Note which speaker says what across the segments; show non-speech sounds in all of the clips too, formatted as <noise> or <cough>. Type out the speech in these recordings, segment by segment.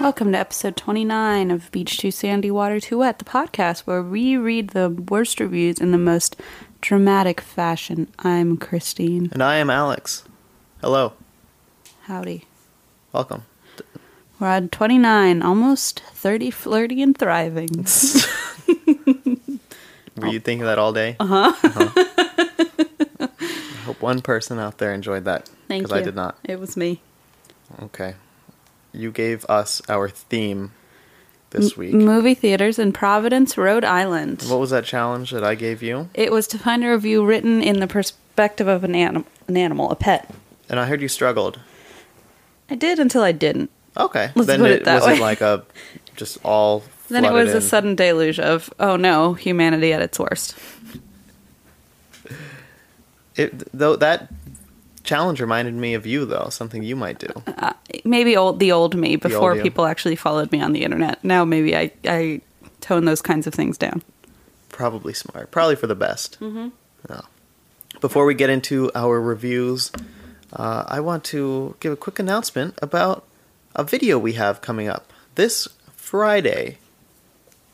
Speaker 1: Welcome to episode 29 of Beach Too Sandy, Water Too Wet, the podcast where we read the worst reviews in the most dramatic fashion. I'm Christine.
Speaker 2: And I am Alex. Hello.
Speaker 1: Howdy.
Speaker 2: Welcome.
Speaker 1: We're on 29, almost 30, flirty and thriving. Oh.
Speaker 2: Were you thinking that all day? Uh huh.
Speaker 1: Uh-huh. <laughs>
Speaker 2: I hope one person out there enjoyed that.
Speaker 1: Thank you.
Speaker 2: Because I did not.
Speaker 1: It was me.
Speaker 2: Okay. You gave us our theme this week.
Speaker 1: Movie theaters in Providence, Rhode Island.
Speaker 2: what was that challenge that I gave you?
Speaker 1: It was to find a review written in the perspective of an, anim- an animal, a pet.
Speaker 2: And I heard you struggled.
Speaker 1: I did until I didn't.
Speaker 2: Okay.
Speaker 1: Let's
Speaker 2: then
Speaker 1: put it that
Speaker 2: was
Speaker 1: way.
Speaker 2: it like a just all.
Speaker 1: Then it
Speaker 2: flooded
Speaker 1: was
Speaker 2: in.
Speaker 1: a sudden deluge of, oh no, humanity at its worst.
Speaker 2: It, though that challenge reminded me of you though, something you might do.
Speaker 1: Uh, maybe old the old me before
Speaker 2: you.
Speaker 1: people actually followed me on the internet. Now maybe I I tone those kinds of things down.
Speaker 2: probably smart. Probably for the best. Mm-hmm. No. Before we get into our reviews, uh, I want to give a quick announcement about a video we have coming up this Friday.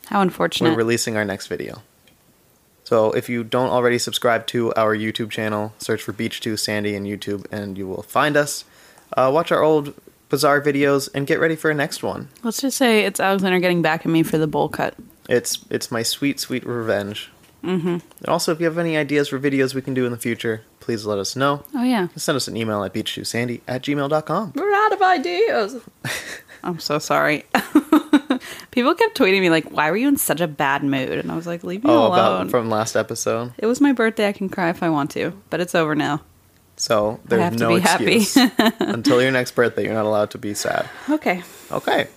Speaker 1: How
Speaker 2: We're
Speaker 1: unfortunate.
Speaker 2: releasing our next video. So if you don't already subscribe to our YouTube channel, search for Beach 2 Sandy in YouTube and you will find us. Uh, watch our old bizarre videos and get ready for a next one.
Speaker 1: Let's just say it's Alexander getting back at me for the bowl cut.
Speaker 2: It's it's my sweet sweet revenge. Mm-hmm. And also, if you have any ideas for videos we can do in the future, please let us know.
Speaker 1: Oh yeah.
Speaker 2: Send us an email at beachshoesandy at gmail.com.
Speaker 1: We're out of ideas. <laughs> I'm so sorry. <laughs> people kept tweeting me like, "Why were you in such a bad mood?" And I was like, "Leave me
Speaker 2: Oh,
Speaker 1: alone."
Speaker 2: about from last episode.
Speaker 1: it was my birthday. I can cry if I want to, but it's over now.
Speaker 2: So
Speaker 1: I
Speaker 2: there's
Speaker 1: have to
Speaker 2: no
Speaker 1: be happy.
Speaker 2: excuse.
Speaker 1: <laughs>
Speaker 2: Until your next birthday, you're not allowed to be sad.
Speaker 1: Okay.
Speaker 2: Okay.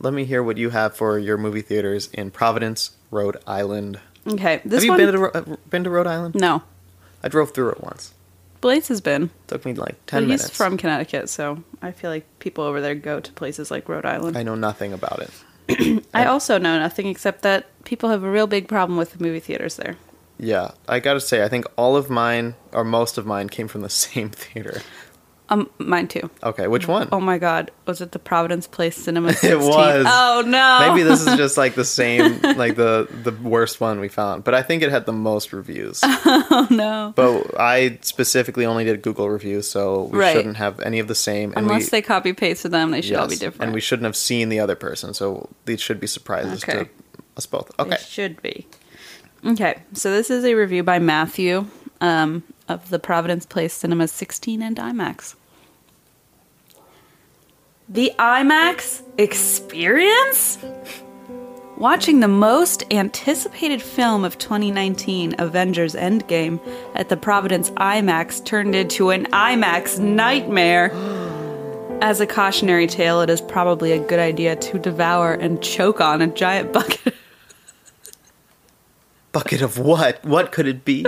Speaker 2: Let me hear what you have for your movie theaters in Providence, Rhode Island.
Speaker 1: Okay. This
Speaker 2: have you
Speaker 1: one.
Speaker 2: been to Ro- uh, been to Rhode Island?
Speaker 1: no,
Speaker 2: I drove through it once.
Speaker 1: Blaze has been.
Speaker 2: took me like ten
Speaker 1: But he's
Speaker 2: minutes.
Speaker 1: from Connecticut, so I feel like people over there go to places like Rhode Island.
Speaker 2: I know nothing about it.
Speaker 1: I also know nothing except that people have a real big problem with movie theaters there.
Speaker 2: Yeah, I gotta say, I think all of mine or most of mine came from the <laughs> same theater.
Speaker 1: Um, mine too.
Speaker 2: Okay, which one?
Speaker 1: Oh my God, was it the Providence Place
Speaker 2: <laughs>
Speaker 1: Cinema? 16?
Speaker 2: was.
Speaker 1: Oh no.
Speaker 2: Maybe this is just like
Speaker 1: <laughs>
Speaker 2: the same, like the the worst one we found. But I think it had the
Speaker 1: <laughs>
Speaker 2: most reviews.
Speaker 1: Oh <laughs> no.
Speaker 2: but I specifically only did Google reviews, so we
Speaker 1: Right.
Speaker 2: shouldn't have any of the same. And
Speaker 1: Unless
Speaker 2: we,
Speaker 1: they copy paste for them, they should all be
Speaker 2: yes,
Speaker 1: different.
Speaker 2: And we shouldn't have seen the other person, so these should be surprises
Speaker 1: Okay.
Speaker 2: to us both.
Speaker 1: They
Speaker 2: Okay,
Speaker 1: should be. Okay, so this is a review by Matthew um, of the Providence Place Cinemas 16 and IMAX. The IMAX experience? Watching the most anticipated film of 2019, Avengers Endgame, at the Providence IMAX turned into an IMAX nightmare. <gasps> As a cautionary tale, it is probably a good idea to devour and choke on a giant <laughs> bucket
Speaker 2: bucket of what? What could it be?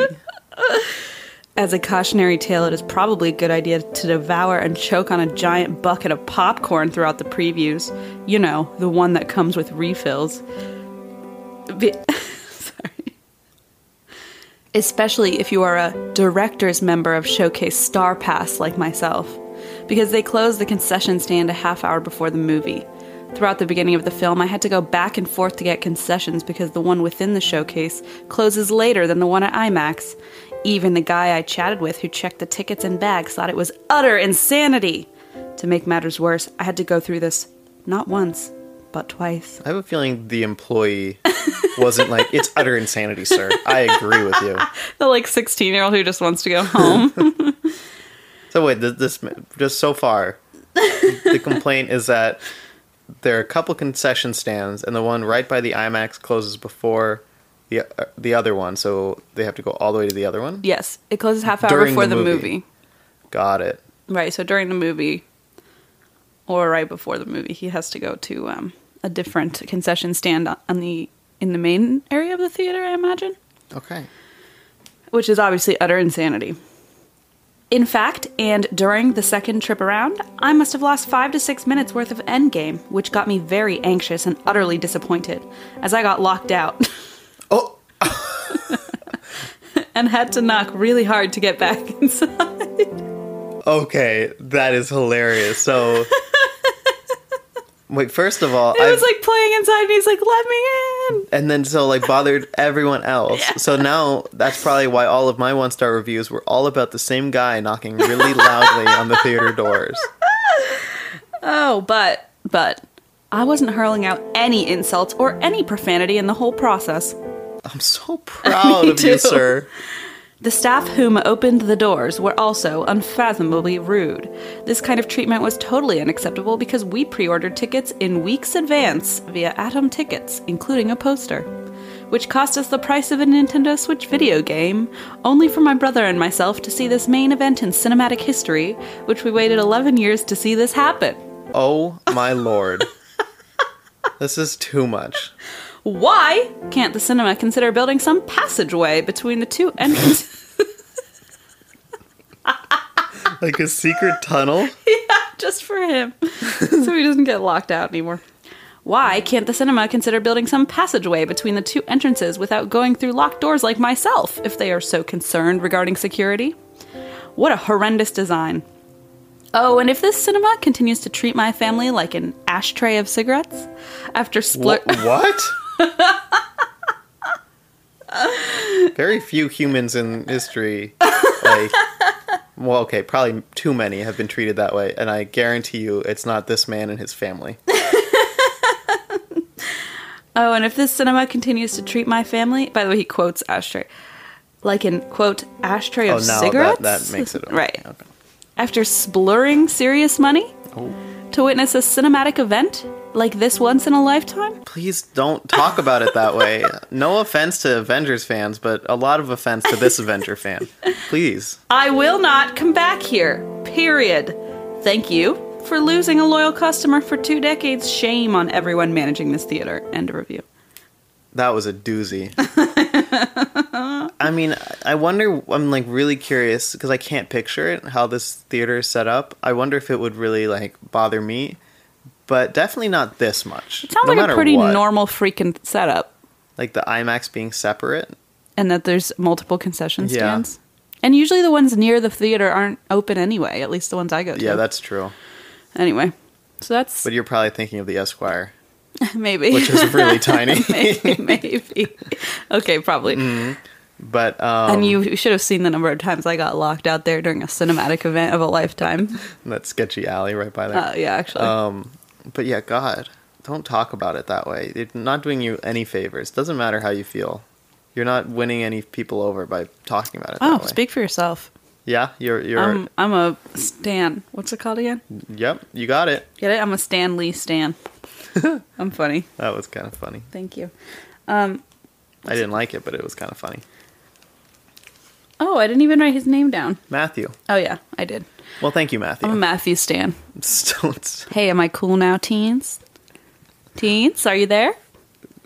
Speaker 1: As a cautionary tale, it is probably a good idea to devour and choke on a giant bucket of popcorn throughout the previews. You know, the one that comes with refills. Be- <laughs> Sorry. Especially if you are a director's member of Showcase Star Pass like myself, because they close the concession stand a half hour before the movie. Throughout the beginning of the film, I had to go back and forth to get concessions because the one within the showcase closes later than the one at IMAX. Even the guy I chatted with who checked the tickets and bags thought it was utter insanity. To make matters worse, I had to go through this not once, but twice.
Speaker 2: I have a feeling
Speaker 1: <laughs>
Speaker 2: the employee wasn't like it's utter insanity, sir. I agree with
Speaker 1: <laughs>
Speaker 2: you.
Speaker 1: The like 16 year old who just wants to go home.
Speaker 2: So wait, this, this just so far,
Speaker 1: <laughs>
Speaker 2: the complaint is that there are a couple concession stands, and the one right by the IMAX closes before the uh, the other one, so they have to go all the way to the other one.
Speaker 1: <laughs> Yes, it closes half hour
Speaker 2: During
Speaker 1: before
Speaker 2: the
Speaker 1: the
Speaker 2: movie.
Speaker 1: movie.
Speaker 2: Got it.
Speaker 1: Right, so during the movie or right before the movie, he has to go to um, a different concession stand on- on the in the main area of the theater, I imagine,
Speaker 2: Okay.
Speaker 1: which is obviously utter insanity. In fact, and during the second trip around, I must have lost five to six minutes worth of Endgame, which got me very anxious and utterly disappointed, as I got locked out <laughs>
Speaker 2: Oh,
Speaker 1: and had to knock really hard to get back <laughs> inside.
Speaker 2: okay. That is hilarious.
Speaker 1: <laughs>
Speaker 2: So, wait. First of all,
Speaker 1: It
Speaker 2: I
Speaker 1: was like playing inside, and he's like, "Let me in."
Speaker 2: and then so like bothered everyone else. So now that's probably why all of my one star reviews were all about the same guy knocking really loudly on the theater doors.
Speaker 1: Oh, but, but, I wasn't hurling out any insults or any profanity in the whole process.
Speaker 2: I'm <laughs> so proud of
Speaker 1: too.
Speaker 2: you, sir.
Speaker 1: The staff whom opened the doors were also unfathomably rude. This kind of treatment was totally unacceptable because we pre ordered tickets in weeks' advance via Atom Tickets, including a poster, which cost us the price of a Nintendo Switch video game, only for my brother and myself to see this main event in cinematic history, which we waited 11 years to see this happen.
Speaker 2: Oh my lord. This is too much.
Speaker 1: Why can't the cinema consider building some passageway between the two entrances?
Speaker 2: Like a secret tunnel?
Speaker 1: <laughs> Just for him. <laughs> so he doesn't get locked out anymore. Why can't the cinema consider building some passageway between the two entrances without going through locked doors like myself, if they are so concerned regarding security? What a horrendous design. Oh, and if this cinema continues to treat my family like an ashtray of cigarettes, after
Speaker 2: Wha-
Speaker 1: split.
Speaker 2: what? Very few humans in history, like, well, okay, probably too many have been treated that way, and I guarantee you it's not this man and his family.
Speaker 1: Oh, and if this cinema continues to treat my family, by the way, he quotes ashtray, like an quote ashtray
Speaker 2: Oh,
Speaker 1: of
Speaker 2: now
Speaker 1: cigarettes.
Speaker 2: that, that
Speaker 1: <laughs>
Speaker 2: makes <laughs> it okay,
Speaker 1: right
Speaker 2: Okay.
Speaker 1: after splurring serious money
Speaker 2: Oh,
Speaker 1: to witness a cinematic event like this once in a lifetime.
Speaker 2: please don't talk about it that way. No offense to Avengers fans, but a lot of offense to this Avenger fan. Please.
Speaker 1: I will not come back here. Period. Thank you for losing a loyal customer for two decades. Shame on everyone managing this theater. End of review.
Speaker 2: That was a doozy. I mean, I wonder. I'm like really curious because I can't picture it how this theater is set up. I wonder if it would really like bother me, but definitely not this much.
Speaker 1: Sounds
Speaker 2: no
Speaker 1: like a
Speaker 2: matter
Speaker 1: pretty
Speaker 2: what.
Speaker 1: normal freaking setup,
Speaker 2: Like the IMAX being separate.
Speaker 1: and that there's multiple concession
Speaker 2: Yeah.
Speaker 1: stands. And usually the ones near the theater aren't open anyway. At least the ones I go to.
Speaker 2: Yeah, that's true.
Speaker 1: anyway. So that's
Speaker 2: But you're probably thinking of the Esquire,
Speaker 1: <laughs> maybe.
Speaker 2: which is
Speaker 1: <laughs>
Speaker 2: really tiny. <laughs>
Speaker 1: maybe. Okay, probably.
Speaker 2: but Mm, um,
Speaker 1: And you should have seen the number of times I got locked out there during a cinematic event of a
Speaker 2: <laughs>
Speaker 1: lifetime.
Speaker 2: that sketchy alley right by there.
Speaker 1: Uh, yeah, actually.
Speaker 2: Um, but yeah, God, don't talk about it that way. It's not doing you any favors. Doesn't matter how you feel. You're not winning any people over by talking about it.
Speaker 1: oh, um,
Speaker 2: that way.
Speaker 1: speak for yourself.
Speaker 2: Yeah, you're. You're.
Speaker 1: I'm, I'm a Stan. What's it called again?
Speaker 2: yep, you got it.
Speaker 1: Get it? I'm a Stan Lee
Speaker 2: <laughs>
Speaker 1: Stan. I'm funny.
Speaker 2: That was kind of funny.
Speaker 1: Thank you.
Speaker 2: I didn't like it, but it was kind of funny.
Speaker 1: Oh, I didn't even write his name down.
Speaker 2: Matthew.
Speaker 1: Oh, yeah, I did.
Speaker 2: Well, thank you, Matthew. <laughs>
Speaker 1: I'm a Matthew Stan.
Speaker 2: Don't-
Speaker 1: Hey, am I cool now, teens? Teens, are you there?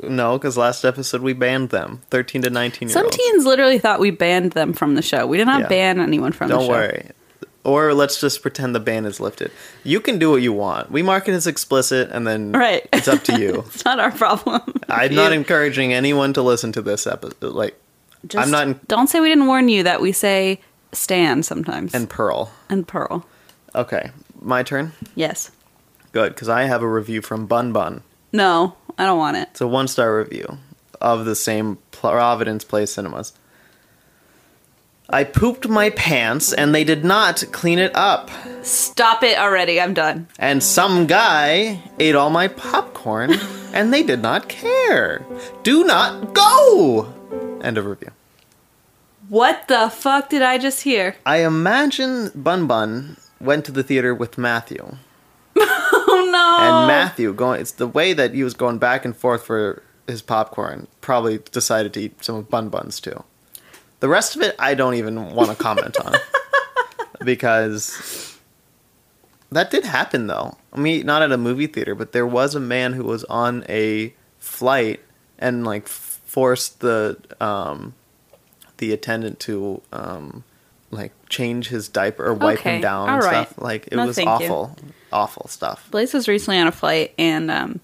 Speaker 2: no, because last episode we banned them, thirteen to nineteen year
Speaker 1: Some
Speaker 2: olds.
Speaker 1: teens literally thought we banned them from the show. We did not
Speaker 2: Yeah.
Speaker 1: ban anyone from the
Speaker 2: Don't
Speaker 1: show.
Speaker 2: worry. Or let's just pretend the ban is lifted. You can do what you want. We mark it as explicit, and then
Speaker 1: Right.
Speaker 2: it's up
Speaker 1: <laughs>
Speaker 2: to you.
Speaker 1: <laughs> It's not our problem.
Speaker 2: <laughs> I'm
Speaker 1: You-
Speaker 2: not encouraging anyone to listen to this episode, like,
Speaker 1: Just
Speaker 2: I'm not-
Speaker 1: Don't say we didn't warn you that we say Stan sometimes
Speaker 2: and
Speaker 1: and,
Speaker 2: Pearl.
Speaker 1: Pearl.
Speaker 2: Okay, my turn.
Speaker 1: Yes.
Speaker 2: Good, because I have a review from Bun Bun.
Speaker 1: No, I don't want it.
Speaker 2: It's a one star review of the same Providence Play Cinemas. I pooped my pants and they did not clean it up.
Speaker 1: Stop it already. I'm done.
Speaker 2: And some guy ate all my popcorn and they did not care. Do not go! End of review.
Speaker 1: What the fuck did I just hear? <laughs>
Speaker 2: I imagine Bun Bun went to the theater with Matthew.
Speaker 1: Oh no.
Speaker 2: and Matthew going. It's the way that he was going back and forth for his popcorn probably decided to eat some of Bun Bun's too. The rest of it, I don't even want to comment
Speaker 1: <laughs>
Speaker 2: on because that did happen though. I mean, not at a movie theater, but there was a man who was on a flight and like forced the um, the attendant to um, like change his diaper or wipe
Speaker 1: Okay,
Speaker 2: him down and
Speaker 1: all right.
Speaker 2: stuff. Like it
Speaker 1: No,
Speaker 2: was
Speaker 1: thank you.
Speaker 2: awful, awful stuff.
Speaker 1: Blaze was recently on a flight and um,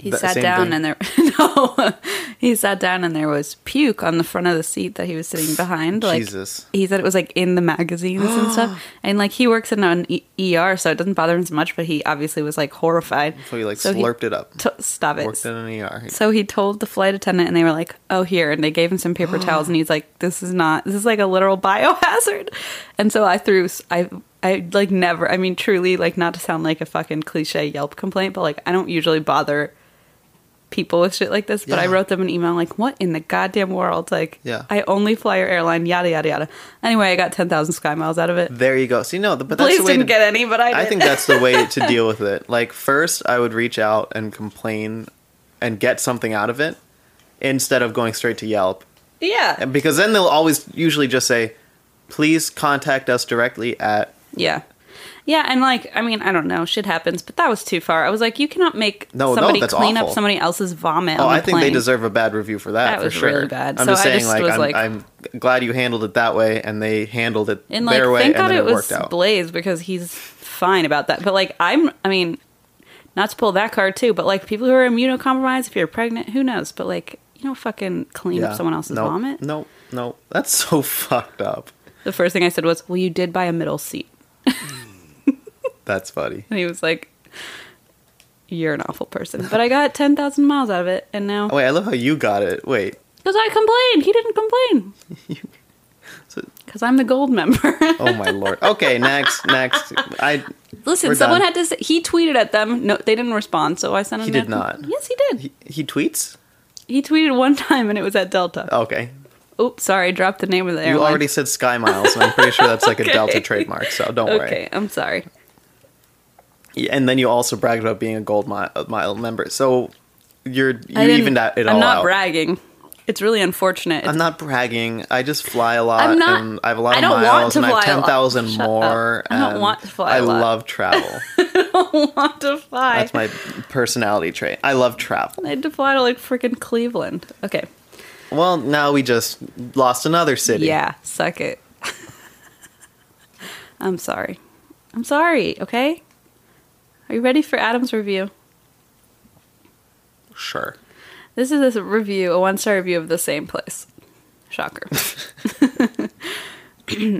Speaker 1: he
Speaker 2: The
Speaker 1: sat
Speaker 2: same
Speaker 1: down
Speaker 2: thing.
Speaker 1: and there <laughs> no he sat down and there was puke on the front of the seat that he was sitting behind. Like
Speaker 2: Jesus.
Speaker 1: he said it was like in the magazines and
Speaker 2: <gasps>
Speaker 1: stuff. And like he works in an E- ER, so it doesn't bother him as much. But he obviously was like horrified.
Speaker 2: So he like
Speaker 1: So he
Speaker 2: slurped it up.
Speaker 1: T- stop it.
Speaker 2: Worked in an ER. He-
Speaker 1: So he told the flight attendant, and they were like, "Oh, here." And they gave him some
Speaker 2: <gasps>
Speaker 1: paper towels, and he's like, "This is not. This is like a literal biohazard." And so I threw. I I like never. I mean, truly, like not to sound like a fucking cliche Yelp complaint, but like I don't usually bother people with shit like this. But I
Speaker 2: Yeah.
Speaker 1: wrote them an email like, "What in the goddamn world?" Like,
Speaker 2: Yeah.
Speaker 1: I only fly your airline. Yada yada yada. Anyway, I got ten thousand sky miles out of it.
Speaker 2: There you go. See, no, the- but that's
Speaker 1: Blaze
Speaker 2: the way
Speaker 1: didn't
Speaker 2: to,
Speaker 1: get any, but I. Did.
Speaker 2: I think that's the way to deal with it. Like first, I would reach out and complain and get something out of it instead of going straight to Yelp,
Speaker 1: <laughs> yeah.
Speaker 2: and because then they'll always usually just say, "Please contact us directly at."
Speaker 1: Yeah. Yeah, and like I mean, I don't know, shit happens, but that was too far. I was like, you cannot make
Speaker 2: No, no,
Speaker 1: somebody
Speaker 2: that's
Speaker 1: clean
Speaker 2: awful.
Speaker 1: up somebody else's vomit.
Speaker 2: Oh,
Speaker 1: on the
Speaker 2: I think they
Speaker 1: plane.
Speaker 2: deserve a bad review for that.
Speaker 1: That
Speaker 2: for
Speaker 1: was
Speaker 2: sure.
Speaker 1: really bad.
Speaker 2: I'm
Speaker 1: So
Speaker 2: just
Speaker 1: I
Speaker 2: saying,
Speaker 1: just
Speaker 2: like,
Speaker 1: was
Speaker 2: I'm,
Speaker 1: like-
Speaker 2: I'm glad you handled it that way, and they handled it
Speaker 1: And like,
Speaker 2: their way,
Speaker 1: thank God
Speaker 2: and then
Speaker 1: it
Speaker 2: it,
Speaker 1: was
Speaker 2: worked out.
Speaker 1: Blaze because he's fine about that. But like, I'm, I mean, not to pull that card too, but like, people who are immunocompromised, if you're pregnant, who knows? But like, you don't fucking clean up someone else's
Speaker 2: Nope.
Speaker 1: vomit.
Speaker 2: Nope, nope. That's <laughs> so fucked up.
Speaker 1: The first thing I said was, "Well, you did buy a middle seat,"
Speaker 2: That's funny.
Speaker 1: and he was like, "You're an awful person." But I got ten thousand miles out of it, and now
Speaker 2: Oh, wait, I love how you got it. Wait,
Speaker 1: because I complained, he didn't complain.
Speaker 2: <laughs> So-
Speaker 1: Because I'm the gold member.
Speaker 2: <laughs> oh my lord. Okay, next, next. I
Speaker 1: <laughs> Listen,
Speaker 2: We're
Speaker 1: someone
Speaker 2: done.
Speaker 1: had to. Say, he tweeted at them. No, they didn't respond. So I sent him.
Speaker 2: He did
Speaker 1: that-
Speaker 2: not.
Speaker 1: Yes, he did. He,
Speaker 2: he, he tweets.
Speaker 1: tweeted one time, and it was at Delta.
Speaker 2: Okay,
Speaker 1: Oops, sorry, dropped the name of the
Speaker 2: Oh. you
Speaker 1: airline.
Speaker 2: already said Sky Miles, and I'm pretty sure that's like a
Speaker 1: <laughs>
Speaker 2: Delta
Speaker 1: Okay.
Speaker 2: trademark. So don't
Speaker 1: Okay, I'm sorry.
Speaker 2: worry. And then you also bragged about being a gold mile, mile member. So you're you
Speaker 1: I didn't-
Speaker 2: evened out it
Speaker 1: I'm
Speaker 2: all
Speaker 1: not
Speaker 2: out.
Speaker 1: bragging. It's really unfortunate.
Speaker 2: I'm not bragging. I just fly a lot,
Speaker 1: I'm not-
Speaker 2: and I have a lot
Speaker 1: I
Speaker 2: of
Speaker 1: don't want
Speaker 2: miles,
Speaker 1: to
Speaker 2: and I have
Speaker 1: fly a lot.
Speaker 2: ten thousand
Speaker 1: Shut up.
Speaker 2: more.
Speaker 1: I don't
Speaker 2: and
Speaker 1: want to fly
Speaker 2: I
Speaker 1: a lot. <laughs>
Speaker 2: love travel.
Speaker 1: don't want to fly.
Speaker 2: That's my personality trait. I love travel.
Speaker 1: I had to fly to like freaking Cleveland. Okay.
Speaker 2: Well, now we just lost another city.
Speaker 1: Yeah, suck it. <laughs> I'm sorry. I'm sorry. Okay. Are you ready for Adam's review?
Speaker 2: Sure.
Speaker 1: This is a review, a one star review of the same place. Shocker. <laughs> <clears throat>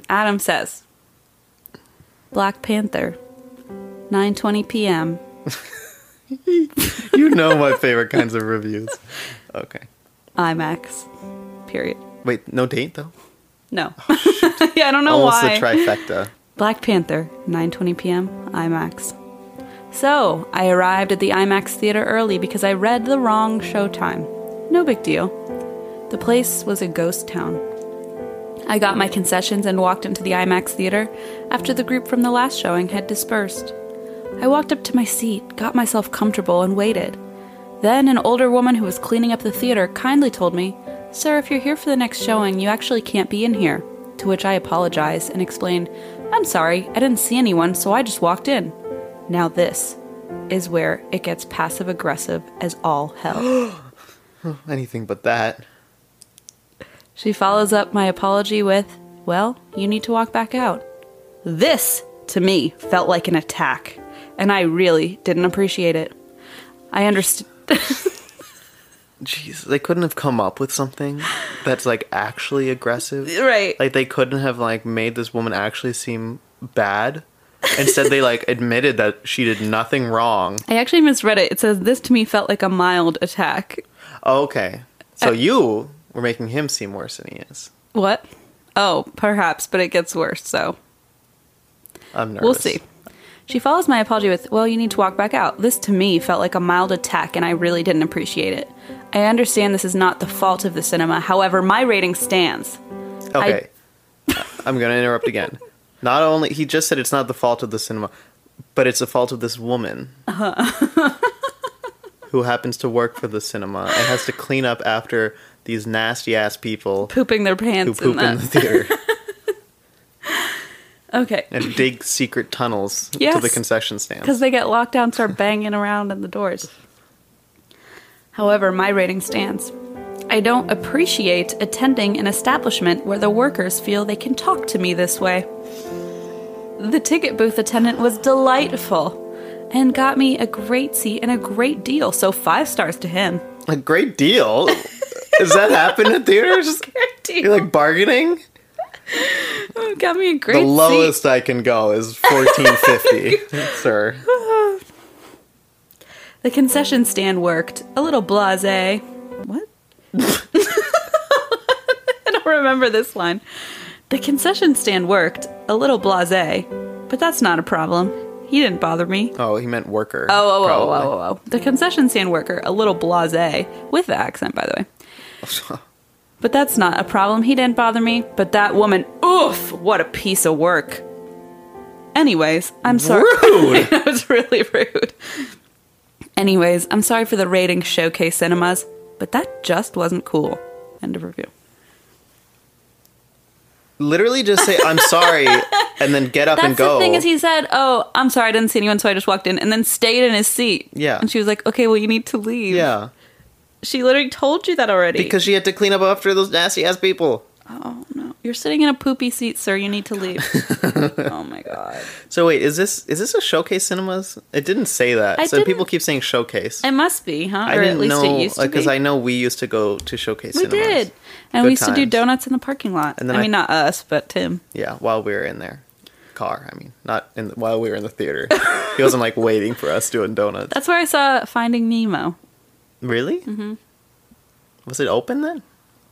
Speaker 1: Adam says Black Panther, 9:20 p.m.
Speaker 2: You know my favorite kinds of reviews. Okay.
Speaker 1: IMAX. Period.
Speaker 2: Wait, no date though.
Speaker 1: No. <laughs> yeah, I don't know
Speaker 2: Oh, Almost
Speaker 1: why.
Speaker 2: the trifecta.
Speaker 1: Black Panther, 9:20 p.m. IMAX. So, I arrived at the IMAX theater early because I read the wrong showtime. No big deal. The place was a ghost town. I got my concessions and walked into the IMAX theater after the group from the last showing had dispersed. I walked up to my seat, got myself comfortable, and waited. Then an older woman who was cleaning up the theater kindly told me, Sir, if you're here for the next showing, you actually can't be in here. To which I apologized and explained, I'm sorry, I didn't see anyone, so I just walked in. Now, this is where it gets passive aggressive as all hell.
Speaker 2: Anything but that.
Speaker 1: she follows up my apology with, Well, you need to walk back out. This, to me, felt like an attack, and I really didn't appreciate it. I understood.
Speaker 2: Jeez, they couldn't have come up with something that's like actually aggressive.
Speaker 1: <laughs> right.
Speaker 2: Like they couldn't have like made this woman actually seem bad. Instead, they like admitted that she did nothing wrong.
Speaker 1: I actually misread it. It says, This to me felt like a mild attack.
Speaker 2: Okay,
Speaker 1: Uh,
Speaker 2: so you were making him seem worse than he is.
Speaker 1: What? Oh, perhaps, but it gets worse, so
Speaker 2: I'm nervous.
Speaker 1: we'll see. She follows my apology with, Well, you need to walk back out. This to me felt like a mild attack, and I really didn't appreciate it. I understand this is not the fault of the cinema, however, my rating stands.
Speaker 2: Okay. I... am going to interrupt again. Not only, he just said it's
Speaker 1: Uh-huh.
Speaker 2: not the fault of the cinema, but it's the fault of this woman. who happens to work for the cinema and has to clean up after these nasty ass people
Speaker 1: Pooping their
Speaker 2: who
Speaker 1: pants
Speaker 2: poop
Speaker 1: in that.
Speaker 2: in the theater
Speaker 1: okay. <laughs>
Speaker 2: and dig secret tunnels to the
Speaker 1: Yes.
Speaker 2: concession stand.
Speaker 1: Because they get locked down, start banging around in the doors. However, my rating stands. I don't appreciate attending an establishment where the workers feel they can talk to me this way. The ticket booth attendant was delightful and got me a great seat and a great deal, so five stars to him.
Speaker 2: A great deal. Does that happen in theaters? <laughs> You're like bargaining.
Speaker 1: got me a great
Speaker 2: the
Speaker 1: seat.
Speaker 2: lowest I can go is fourteen fifty,
Speaker 1: <laughs>
Speaker 2: sir.
Speaker 1: The concession stand worked. A little blase. What? <laughs> I don't remember this line. The concession stand worked. A little blase. But that's not a problem. He didn't bother me.
Speaker 2: Oh, he meant worker.
Speaker 1: Oh, oh, oh,
Speaker 2: probably.
Speaker 1: oh, oh, oh. The concession stand worker, a little blase. With the accent, by the way.
Speaker 2: <laughs>
Speaker 1: But that's not a problem. He didn't bother me. But that woman, oof, what a piece of work. Anyways, I'm sorry.
Speaker 2: Rude.
Speaker 1: <laughs> that was really rude. Anyways, I'm sorry for the rating showcase cinemas, but that just wasn't cool. End of review.
Speaker 2: Literally, just say I'm sorry,
Speaker 1: <laughs>
Speaker 2: and then get up
Speaker 1: That's
Speaker 2: and go.
Speaker 1: the thing is, he said, "Oh, I'm sorry, I didn't see anyone, so I just walked in," and then stayed in his seat.
Speaker 2: Yeah.
Speaker 1: And she was like, "Okay, well, you need to leave."
Speaker 2: yeah,
Speaker 1: She literally told you that already.
Speaker 2: because she had to clean up after those nasty ass people.
Speaker 1: oh no, you're sitting in a poopy seat, sir. You need to
Speaker 2: <laughs>
Speaker 1: leave. oh my god.
Speaker 2: So wait, is this is this a showcase cinemas? It didn't say that.
Speaker 1: I
Speaker 2: so people
Speaker 1: didn't-
Speaker 2: keep saying showcase.
Speaker 1: It must be, huh?
Speaker 2: I
Speaker 1: or
Speaker 2: didn't
Speaker 1: at least
Speaker 2: know
Speaker 1: it used to
Speaker 2: because
Speaker 1: be.
Speaker 2: I know we used to go to showcase.
Speaker 1: we
Speaker 2: cinemas.
Speaker 1: did, and we
Speaker 2: Good
Speaker 1: used to do
Speaker 2: times.
Speaker 1: donuts in the parking lot.
Speaker 2: And then
Speaker 1: I
Speaker 2: I-
Speaker 1: mean, not us, but Tim.
Speaker 2: Yeah, while we were in their car. I mean, not in the, while we were in the theater. <laughs> he wasn't like waiting for us doing donuts.
Speaker 1: That's where I saw Finding Nemo.
Speaker 2: Really? Mm-hmm. Was it open then?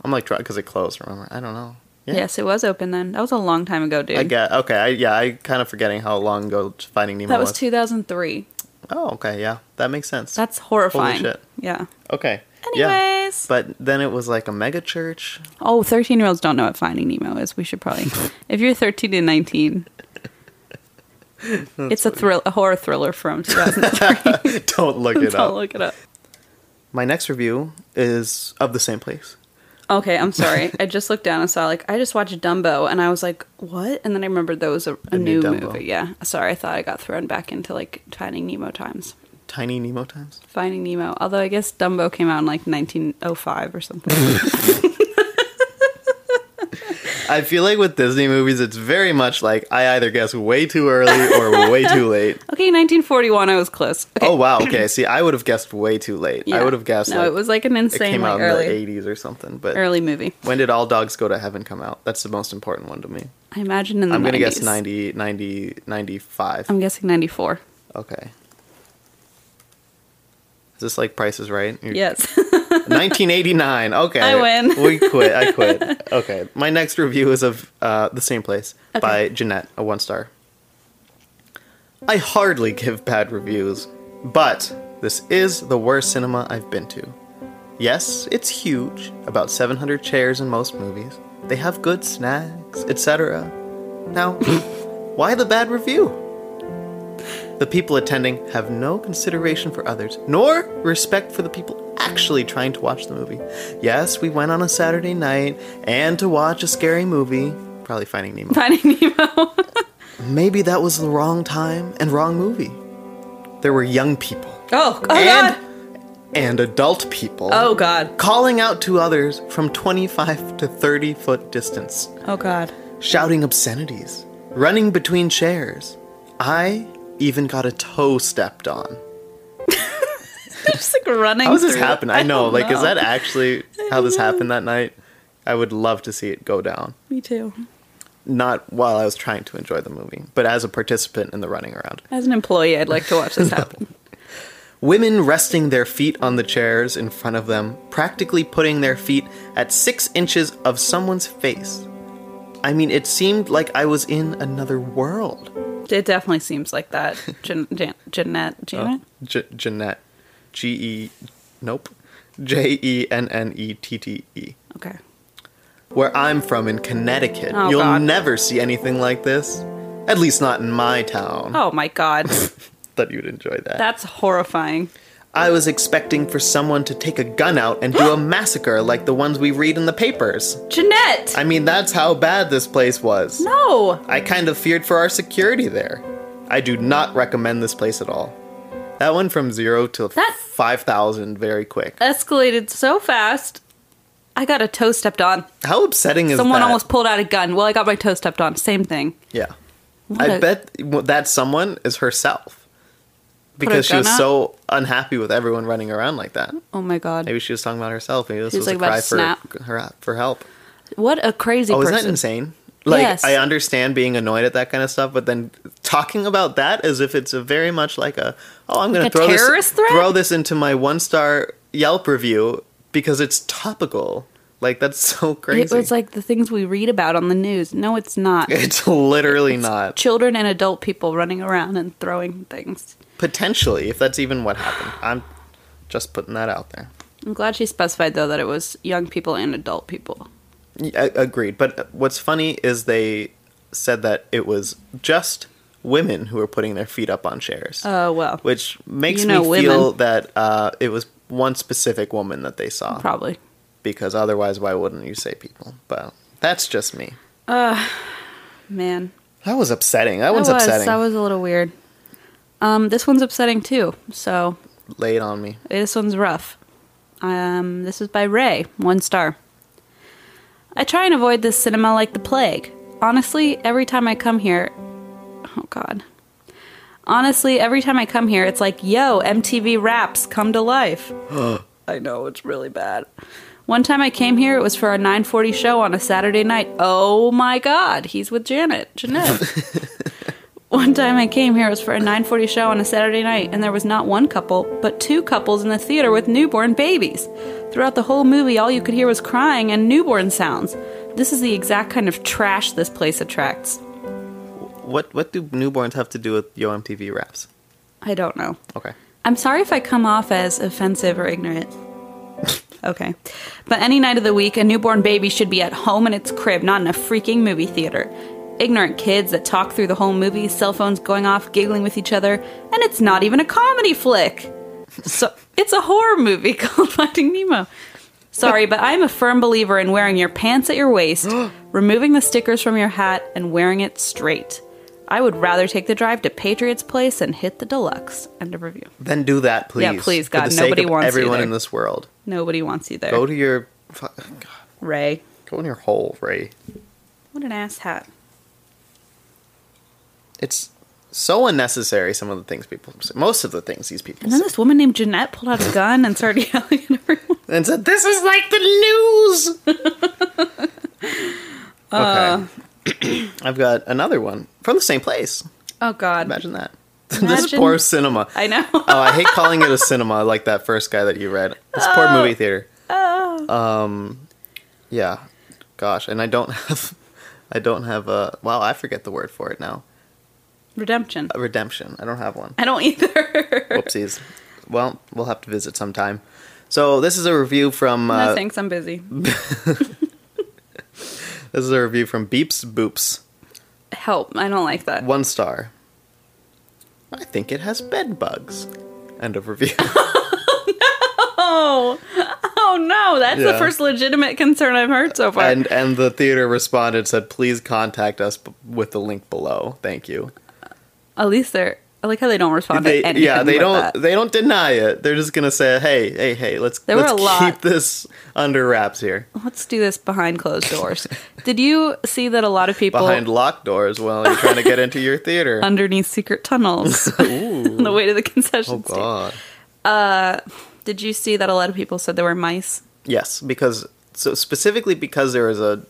Speaker 2: I'm like trying because it closed. Remember? I don't know. Yeah.
Speaker 1: Yes, it was open then. That was a long time ago, dude.
Speaker 2: I get okay. I, yeah, I kind of forgetting how long ago Finding Nemo
Speaker 1: that was 2003.
Speaker 2: Oh, okay. Yeah, that makes sense.
Speaker 1: That's horrifying.
Speaker 2: shit.
Speaker 1: Yeah.
Speaker 2: okay. Yeah.
Speaker 1: Anyways.
Speaker 2: But then it was like a mega church.
Speaker 1: Oh, 13 year olds don't know what Finding Nemo is. We should probably. if you're 13 to
Speaker 2: <laughs>
Speaker 1: 19, it's a thrill, a horror thriller
Speaker 2: <laughs>
Speaker 1: from 2003.
Speaker 2: <laughs> Don't
Speaker 1: <laughs>
Speaker 2: look it
Speaker 1: don't
Speaker 2: up.
Speaker 1: look it up.
Speaker 2: My next review is of the same place.
Speaker 1: Okay, I'm sorry. I just looked down and saw like I just watched Dumbo and I was like, what? And then I remembered there was a, a
Speaker 2: new
Speaker 1: new,
Speaker 2: Dumbo.
Speaker 1: movie. Yeah, sorry. I thought I got thrown back into like Finding Nemo times.
Speaker 2: Tiny Nemo times.
Speaker 1: Finding Nemo. Although I guess Dumbo came out in like 1905 or something.
Speaker 2: <laughs> I feel like with Disney movies, it's very much like I either guess way too early or way
Speaker 1: <laughs>
Speaker 2: too late.
Speaker 1: Okay, 1941. I was close. Okay.
Speaker 2: Oh wow. Okay. See, I would have guessed way too late. Oh, I
Speaker 1: yeah.
Speaker 2: would have guessed.
Speaker 1: No,
Speaker 2: like,
Speaker 1: it was like an
Speaker 2: it came
Speaker 1: insanely
Speaker 2: out in
Speaker 1: early,
Speaker 2: the 80s or something. But
Speaker 1: early movie.
Speaker 2: when did All Dogs Go to Heaven come out? That's the most important one to me.
Speaker 1: I imagine in the.
Speaker 2: I'm
Speaker 1: 90s.
Speaker 2: gonna guess 90, 90, 95.
Speaker 1: I'm guessing 94.
Speaker 2: Okay. Is this like Price is Right? You're- <laughs>
Speaker 1: Yes. <laughs>
Speaker 2: 1989. Okay.
Speaker 1: I win.
Speaker 2: we quit. I quit.
Speaker 1: <laughs>
Speaker 2: Okay. My next review is of uh, The Same Place
Speaker 1: Okay.
Speaker 2: by Jeanette, a one star. I hardly give bad reviews, but this is the worst cinema I've been to. Yes, it's huge, about 700 chairs in most movies. They have good snacks, etc.
Speaker 1: <laughs>
Speaker 2: Now, why the bad review? The people attending have no consideration for others, nor respect for the people actually trying to watch the movie. Yes, we went on a Saturday night and to watch a scary movie, probably Finding
Speaker 1: <laughs>
Speaker 2: Nemo.
Speaker 1: Finding Nemo.
Speaker 2: Maybe that was the wrong time and wrong movie. There were young people
Speaker 1: Oh, oh
Speaker 2: and
Speaker 1: God.
Speaker 2: and adult people
Speaker 1: Oh God.
Speaker 2: calling out to others from 25 to 30 foot distance,
Speaker 1: Oh God.
Speaker 2: shouting obscenities, running between chairs. I even got a toe stepped on.
Speaker 1: <laughs> Just like running.
Speaker 2: How does this
Speaker 1: through-
Speaker 2: happen? I know.
Speaker 1: don't
Speaker 2: Like, is
Speaker 1: know. <laughs>
Speaker 2: that actually how this happened that night? I would love to see it go down.
Speaker 1: Me too.
Speaker 2: Not while I was trying to enjoy the movie, but as a participant in the running around.
Speaker 1: As an employee, I'd like to watch
Speaker 2: <laughs>
Speaker 1: this happen.
Speaker 2: Women resting their feet on the chairs in front of them, practically putting their feet at six inches of someone's face. I mean, it seemed like I was in another world.
Speaker 1: It definitely seems like that. Jan- Jan-
Speaker 2: Oh.
Speaker 1: Jeanette. Janet.
Speaker 2: Uh, J- Jeanette. G E. Nope. J E N N E T T E.
Speaker 1: Okay.
Speaker 2: Where I'm from in Connecticut,
Speaker 1: Oh,
Speaker 2: you'll
Speaker 1: God.
Speaker 2: never see anything like this. At least not in my town.
Speaker 1: Oh my God.
Speaker 2: <laughs> Thought you'd enjoy that.
Speaker 1: That's horrifying.
Speaker 2: I was expecting for someone to take a gun out and
Speaker 1: <gasps>
Speaker 2: do a massacre like the ones we read in the papers.
Speaker 1: Jeanette!
Speaker 2: I mean, that's how bad this place was.
Speaker 1: no!
Speaker 2: I kind of feared for our security there. I do not recommend this place at all. That went from zero to
Speaker 1: That-
Speaker 2: 5,000 very quick.
Speaker 1: Escalated so fast. I got a toe stepped on.
Speaker 2: How upsetting is
Speaker 1: Someone
Speaker 2: that?
Speaker 1: almost pulled out a gun. Well, I got my toe stepped on. Same thing.
Speaker 2: Yeah.
Speaker 1: What
Speaker 2: I
Speaker 1: a-
Speaker 2: bet that someone is herself. Because she
Speaker 1: gun
Speaker 2: was
Speaker 1: up?
Speaker 2: so unhappy with everyone running around like that.
Speaker 1: Oh my god.
Speaker 2: Maybe she was talking about herself. Maybe this
Speaker 1: She
Speaker 2: was,
Speaker 1: was, like,
Speaker 2: a
Speaker 1: about to
Speaker 2: cry for, her, for help.
Speaker 1: What a crazy
Speaker 2: Oh,
Speaker 1: person.
Speaker 2: isn't that insane? Like,
Speaker 1: Yes.
Speaker 2: I understand being annoyed at that kind of stuff, but then talking about that as if it's a very much like a, oh, I'm going
Speaker 1: Like
Speaker 2: to
Speaker 1: a
Speaker 2: throw this,
Speaker 1: terrorist threat?
Speaker 2: throw this into my one star Yelp review because it's topical. Like, that's <laughs> so crazy.
Speaker 1: It was like the things we read about on the news. No, it's
Speaker 2: <laughs>
Speaker 1: not.
Speaker 2: it's literally not.
Speaker 1: Children and adult people running around and throwing things.
Speaker 2: Potentially, if that's even what happened. I'm just putting that out there.
Speaker 1: I'm glad she specified though that it was young people and adult people.
Speaker 2: Yeah, a- agreed. But what's funny is they said that it was just women who were putting their feet up on chairs.
Speaker 1: Oh well.
Speaker 2: which makes
Speaker 1: You know
Speaker 2: me
Speaker 1: women.
Speaker 2: feel that uh, it was one specific woman that they saw.
Speaker 1: Probably.
Speaker 2: Because otherwise, why wouldn't you say people? But that's just me.
Speaker 1: Man.
Speaker 2: That was upsetting. That,
Speaker 1: That
Speaker 2: one's
Speaker 1: was
Speaker 2: upsetting.
Speaker 1: that was a little weird. Um, this one's upsetting too. So
Speaker 2: Lay it on me.
Speaker 1: This one's rough. Um, this is by Ray, one star. I try and avoid this cinema like the plague. Honestly, every time I come here. Oh, God. Honestly, every time I come here, it's like, yo, MTV raps come to life. I know, it's really bad. One time I came here, it was for our 940 show on a Saturday night. Oh my God, he's with Janet. Janet. One time I came here it was for a 9:40 show on a Saturday night, and there was not one couple, but two couples in the theater with newborn babies. Throughout the whole movie, all you could hear was crying and newborn sounds. This is the exact kind of trash this place attracts.
Speaker 2: What What do newborns have to do with Yo MTV raps?
Speaker 1: I don't know.
Speaker 2: Okay.
Speaker 1: I'm sorry if I come off as offensive or ignorant. <laughs> okay. But any night of the week, a newborn baby should be at home in its crib, not in a freaking movie theater. Ignorant kids that talk through the whole movie, cell phones going off, giggling with each other, and it's not even a comedy flick. So it's a horror movie <laughs> called Finding Nemo. Sorry, but I'm a firm believer in wearing your pants at your waist, removing the stickers from your hat, and wearing it straight. I would rather take the drive to Patriots Place and hit the deluxe. End of review.
Speaker 2: Then do that, please.
Speaker 1: Yeah, please,
Speaker 2: For
Speaker 1: God,
Speaker 2: the sake
Speaker 1: nobody
Speaker 2: of
Speaker 1: wants you
Speaker 2: everyone
Speaker 1: there.
Speaker 2: in this world.
Speaker 1: Nobody wants you there.
Speaker 2: Go to your. fu- God,
Speaker 1: Ray.
Speaker 2: Go in your hole, Ray.
Speaker 1: What an ass hat.
Speaker 2: It's so unnecessary. Some of the things people, say. most of the things these people,
Speaker 1: And then
Speaker 2: say.
Speaker 1: this woman named Jeanette pulled out a gun and started <laughs> yelling at everyone.
Speaker 2: and said, "This is like the news." okay, <clears throat> I've got another one from the same place.
Speaker 1: Oh God.
Speaker 2: Imagine that. <laughs> this
Speaker 1: Imagine-
Speaker 2: poor cinema.
Speaker 1: I know. <laughs>
Speaker 2: oh, I hate calling it a cinema <laughs> like that first guy that you read. This poor movie theater. Um, yeah, gosh, and I don't <laughs> have, I don't have a. Wow, I forget the word for it now.
Speaker 1: Redemption.
Speaker 2: A redemption. I don't have one.
Speaker 1: I don't either.
Speaker 2: Whoopsies. Well, we'll have to visit sometime. So this is a review from
Speaker 1: no
Speaker 2: uh,
Speaker 1: thanks, <laughs> I'm busy.
Speaker 2: this is a review from Beeps Boops.
Speaker 1: Help. I don't like that.
Speaker 2: One star. I think it has bed bugs. End of
Speaker 1: <laughs>
Speaker 2: review.
Speaker 1: Oh. <laughs> Oh no, that's
Speaker 2: Yeah.
Speaker 1: the first legitimate concern I've heard so far.
Speaker 2: and and the theater responded said, please contact us b- with the link below. Thank you.
Speaker 1: at least they're I like how they don't respond
Speaker 2: They,
Speaker 1: to anything.
Speaker 2: yeah, they
Speaker 1: with
Speaker 2: don't
Speaker 1: that.
Speaker 2: they don't deny it. They're just gonna say, hey, hey, hey, let's
Speaker 1: There were
Speaker 2: let's
Speaker 1: a
Speaker 2: keep
Speaker 1: lot-
Speaker 2: this under wraps here,
Speaker 1: Let's do this behind closed
Speaker 2: <laughs>
Speaker 1: doors. Did you see that a lot of people
Speaker 2: behind locked doors while you're trying to get into your
Speaker 1: <laughs>
Speaker 2: theater.
Speaker 1: underneath secret
Speaker 2: <laughs>
Speaker 1: tunnels on the way to the concession
Speaker 2: oh
Speaker 1: stand?
Speaker 2: God.
Speaker 1: Did you see that a lot of people said there were mice?
Speaker 2: Yes, because so specifically because there is a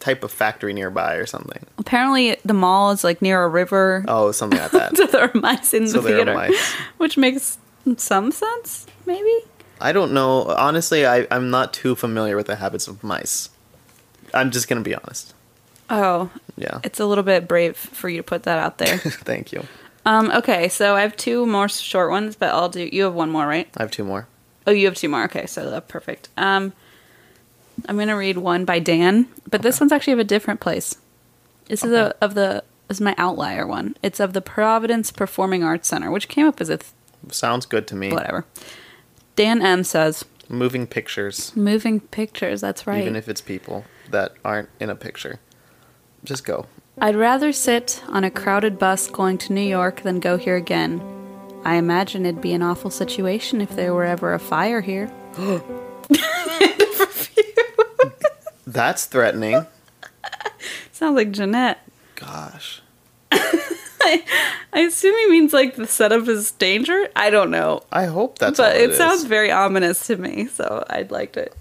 Speaker 2: type of factory nearby or something.
Speaker 1: Apparently, the mall is like near a river, <laughs>
Speaker 2: Oh, something like that.
Speaker 1: so there are mice in
Speaker 2: So
Speaker 1: the
Speaker 2: there are
Speaker 1: theater,
Speaker 2: mice.
Speaker 1: <laughs> which makes some sense, maybe.
Speaker 2: I don't know. Honestly, I, I'm not too familiar with the habits of mice. I'm just gonna be honest.
Speaker 1: Oh,
Speaker 2: Yeah.
Speaker 1: it's a little bit brave for you to put that out there.
Speaker 2: <laughs> Thank you.
Speaker 1: um, okay, so I have two more short ones, but I'll do. You have one more, right?
Speaker 2: I have two more.
Speaker 1: Oh, you have two more. Okay, so that's perfect. Um, I'm gonna read one by Dan, but this one's actually of a different place. This is a, of the this is my outlier one. It's of the Providence Performing Arts Center, which came up as a th-
Speaker 2: Sounds good to me.
Speaker 1: Whatever. Dan M says,
Speaker 2: Moving pictures,
Speaker 1: moving pictures, that's right.
Speaker 2: even if it's people that aren't in a picture. Just go.
Speaker 1: I'd rather sit on a crowded bus going to New York than go here again. I imagine it'd be an awful situation if there were ever a fire here.
Speaker 2: That's threatening.
Speaker 1: Sounds like Jeanette.
Speaker 2: Gosh.
Speaker 1: I assume he means like the setup is danger. I don't know.
Speaker 2: I hope that's
Speaker 1: but
Speaker 2: all
Speaker 1: it,
Speaker 2: is.
Speaker 1: sounds very ominous to me, so I liked it.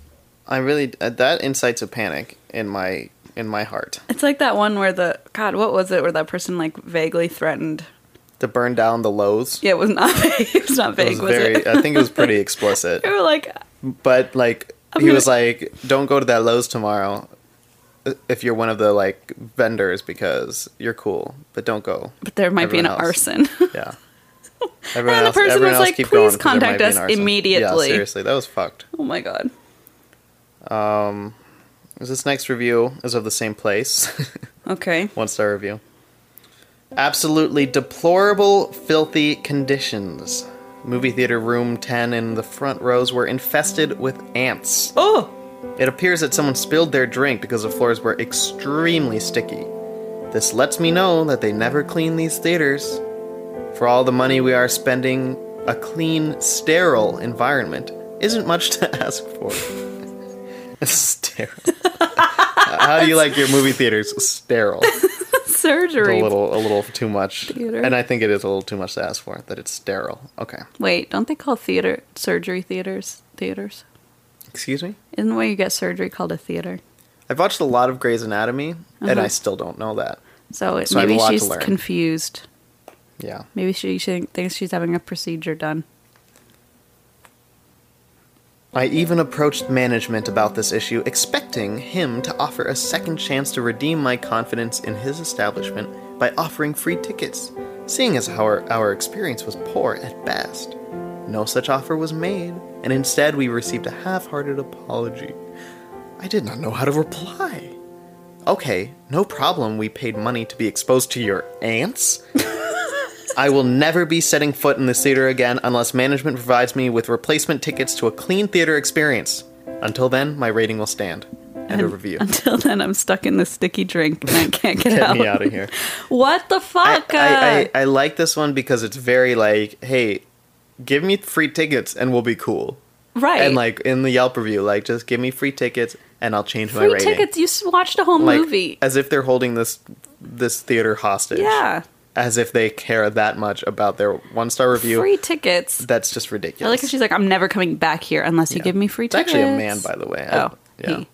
Speaker 2: I really uh, that incites a panic in my in my heart.
Speaker 1: <laughs> It's like that one where the God, what was it? Where that person like vaguely threatened?
Speaker 2: To burn down the Lowe's.
Speaker 1: Yeah, it was not <laughs> vague. It was not
Speaker 2: It
Speaker 1: vague,
Speaker 2: was
Speaker 1: was,
Speaker 2: very. uh,
Speaker 1: it?
Speaker 2: I think it was pretty explicit.
Speaker 1: <laughs> They were like,
Speaker 2: But like
Speaker 1: I'm
Speaker 2: he
Speaker 1: gonna-
Speaker 2: was like, "Don't go to that Lowe's tomorrow i- if you're one of the like vendors because you're cool, but don't go."
Speaker 1: but there might be an
Speaker 2: Everyone else.
Speaker 1: arson. <laughs>
Speaker 2: Yeah.
Speaker 1: And
Speaker 2: Everyone
Speaker 1: the person
Speaker 2: everyone
Speaker 1: was like,
Speaker 2: keep
Speaker 1: "Please
Speaker 2: 'cause there
Speaker 1: contact
Speaker 2: might be an
Speaker 1: us
Speaker 2: arson."
Speaker 1: immediately.
Speaker 2: Yeah, seriously, that was fucked.
Speaker 1: oh my god.
Speaker 2: This next review is of the same place. <laughs>
Speaker 1: Okay.
Speaker 2: One star review. Absolutely deplorable, filthy conditions. Movie theater room 10 in the front rows were infested with ants.
Speaker 1: Oh,
Speaker 2: It appears that someone spilled their drink because the floors were extremely sticky. This lets me know that they never clean these theaters. For all the money we are spending, a clean, sterile environment isn't much to <laughs> ask for. sterile. How do you like your movie theaters sterile?
Speaker 1: surgery.
Speaker 2: a little a little too much
Speaker 1: Theater.
Speaker 2: and i think it is a little too much to ask for that it's sterile okay
Speaker 1: Wait, don't they call theater surgery theaters theaters?
Speaker 2: excuse me
Speaker 1: Isn't the way you get surgery called a theater?
Speaker 2: i've watched a lot of grey's anatomy and i still don't know that
Speaker 1: So, it,
Speaker 2: So I have a
Speaker 1: maybe
Speaker 2: lot to
Speaker 1: she's
Speaker 2: learn.
Speaker 1: confused.
Speaker 2: yeah
Speaker 1: Maybe she, she thinks she's having a procedure done.
Speaker 2: i even approached management about this issue expecting him to offer a second chance to redeem my confidence in his establishment by offering free tickets seeing as our, our experience was poor at best no such offer was made and instead we received a half-hearted apology I did not know how to reply. Okay, no problem. We paid money to be exposed to your ants. I will never be setting foot in this theater again unless management provides me with replacement tickets to a clean theater experience. Until then, my rating will stand. End of review.
Speaker 1: <laughs> Until then, I'm stuck in this sticky drink and I can't get,
Speaker 2: <laughs> Get
Speaker 1: out.
Speaker 2: me out of here.
Speaker 1: What the
Speaker 2: I,
Speaker 1: fuck?
Speaker 2: I,
Speaker 1: uh,
Speaker 2: I, I like this one because it's very like, hey, give me free tickets and we'll be cool.
Speaker 1: right.
Speaker 2: And like in the Yelp review, like just give me free tickets and I'll change my
Speaker 1: free
Speaker 2: rating.
Speaker 1: tickets. You s- watched a whole
Speaker 2: like
Speaker 1: movie.
Speaker 2: as if they're holding this this theater hostage.
Speaker 1: Yeah.
Speaker 2: As if they care that much about their one star review.
Speaker 1: Free tickets.
Speaker 2: That's just
Speaker 1: I
Speaker 2: ridiculous.
Speaker 1: like how she's like, I'm never coming back here unless you
Speaker 2: Yeah.
Speaker 1: give me free
Speaker 2: It's
Speaker 1: tickets.
Speaker 2: actually a man, by the way. I-
Speaker 1: Oh,
Speaker 2: yeah.
Speaker 1: he.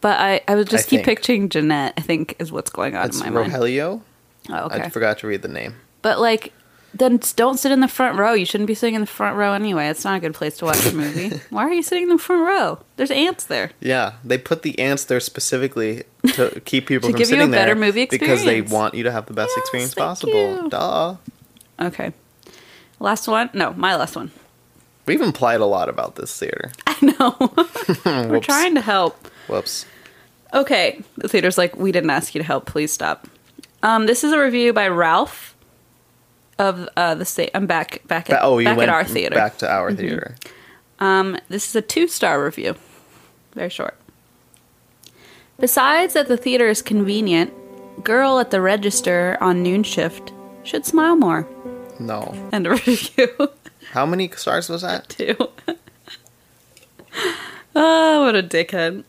Speaker 1: But I, I would just
Speaker 2: I
Speaker 1: keep
Speaker 2: think.
Speaker 1: picturing Jeanette. I think is what's going on
Speaker 2: It's
Speaker 1: in my mind.
Speaker 2: Rogelio.
Speaker 1: Oh, okay.
Speaker 2: I forgot to read the name.
Speaker 1: But like, then s- don't sit in the front row. You shouldn't be sitting in the front row anyway. It's not a good place to watch a movie.
Speaker 2: <laughs>
Speaker 1: Why are you sitting in the front row? There's ants there.
Speaker 2: Yeah, they put the ants there specifically
Speaker 1: <laughs>
Speaker 2: to keep people
Speaker 1: To
Speaker 2: from
Speaker 1: give you a
Speaker 2: sitting there
Speaker 1: better movie
Speaker 2: because they
Speaker 1: experience.
Speaker 2: want you to have the best
Speaker 1: Yes,
Speaker 2: experience
Speaker 1: thank
Speaker 2: possible.
Speaker 1: you.
Speaker 2: Duh.
Speaker 1: Okay. Last one? No, my last one. <laughs>
Speaker 2: We've implied a lot about this theater.
Speaker 1: I know. <laughs> We're
Speaker 2: Whoops.
Speaker 1: trying to help.
Speaker 2: Whoops.
Speaker 1: Okay. The theater's like, we didn't ask you to help. Please stop. Um, this is a review by Ralph of uh, the state. I'm back back at,
Speaker 2: Ba- oh, you
Speaker 1: back
Speaker 2: went
Speaker 1: at our theater. Mm-hmm.
Speaker 2: back to our theater.
Speaker 1: Um, this is a two star review. Very short. Besides that the theater is convenient, girl at the register on noon shift should smile more.
Speaker 2: No.
Speaker 1: End of <laughs> review.
Speaker 2: How many stars was that?
Speaker 1: too. <laughs> oh, what a dickhead.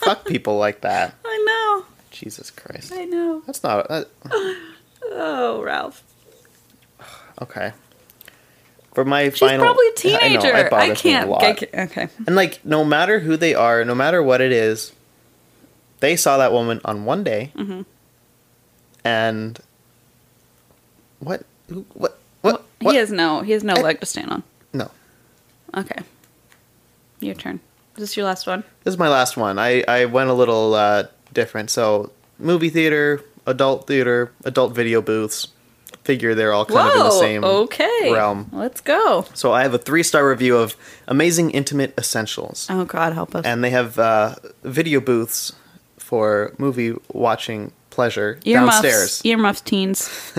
Speaker 2: Fuck people like that.
Speaker 1: I
Speaker 2: Jesus Christ.
Speaker 1: know. I know.
Speaker 2: That's not. That,
Speaker 1: Oh, Ralph.
Speaker 2: Okay. For my
Speaker 1: She's
Speaker 2: final,
Speaker 1: probably a
Speaker 2: I know,
Speaker 1: teenager. I,
Speaker 2: bother me
Speaker 1: can't.
Speaker 2: A lot.
Speaker 1: I can't- Okay.
Speaker 2: And like, no matter who they are, no matter what it is, they saw that woman on one day,
Speaker 1: Mm-hmm.
Speaker 2: and what? Who, what? What? What?
Speaker 1: He has no. He has no
Speaker 2: I-
Speaker 1: leg to stand on.
Speaker 2: No,
Speaker 1: Okay. Your turn. Is this your last one?
Speaker 2: this is my last one. I I went a little uh, different. So movie theater, adult theater, adult video booths. Figure they're all kind of in the same
Speaker 1: okay.
Speaker 2: realm.
Speaker 1: Let's go.
Speaker 2: So I have a three star review of Amazing Intimate Essentials.
Speaker 1: Oh God, help us.
Speaker 2: and they have uh, video booths for movie watching pleasure
Speaker 1: Earmuffs.
Speaker 2: downstairs.
Speaker 1: Earmuffs, teens.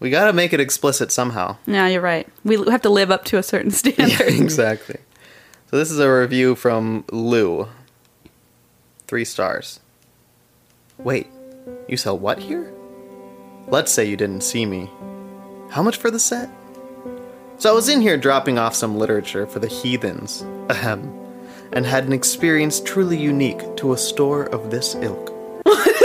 Speaker 2: We got to make it explicit somehow.
Speaker 1: No, you're right. We l- have to live up to a certain <laughs>
Speaker 2: <laughs>
Speaker 1: standard.
Speaker 2: exactly. So this is a review from Lou. Three stars. Wait, you sell what here? Let's say you didn't see me. How much for the set? So I was in here dropping off some literature for the heathens, ahem, and had an experience truly unique to a store of this ilk.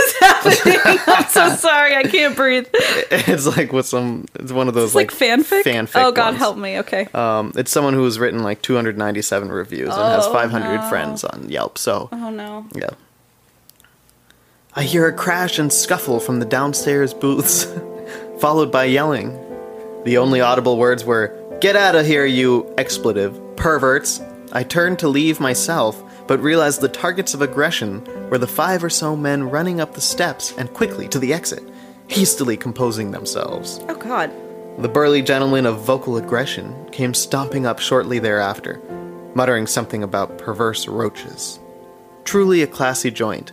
Speaker 2: <laughs>
Speaker 1: I'm so sorry. I can't breathe. It's
Speaker 2: it's like with some, it's one of those
Speaker 1: like, fanfic.
Speaker 2: fanfic.
Speaker 1: Oh God,
Speaker 2: ones.
Speaker 1: help me. Okay.
Speaker 2: Um, it's someone who has written like 297 reviews and has
Speaker 1: Oh,
Speaker 2: 500 friends on Yelp. So
Speaker 1: oh no.
Speaker 2: Yeah. I hear a crash and scuffle from the downstairs booths, <laughs> followed by yelling. The only audible words were, Get out of here, you expletive perverts. I turned to leave myself, but realized the targets of aggression were the five or so men running up the steps and quickly to the exit, hastily composing themselves.
Speaker 1: Oh God.
Speaker 2: The burly gentleman of vocal aggression came stomping up shortly thereafter, muttering something about perverse roaches. Truly a classy joint.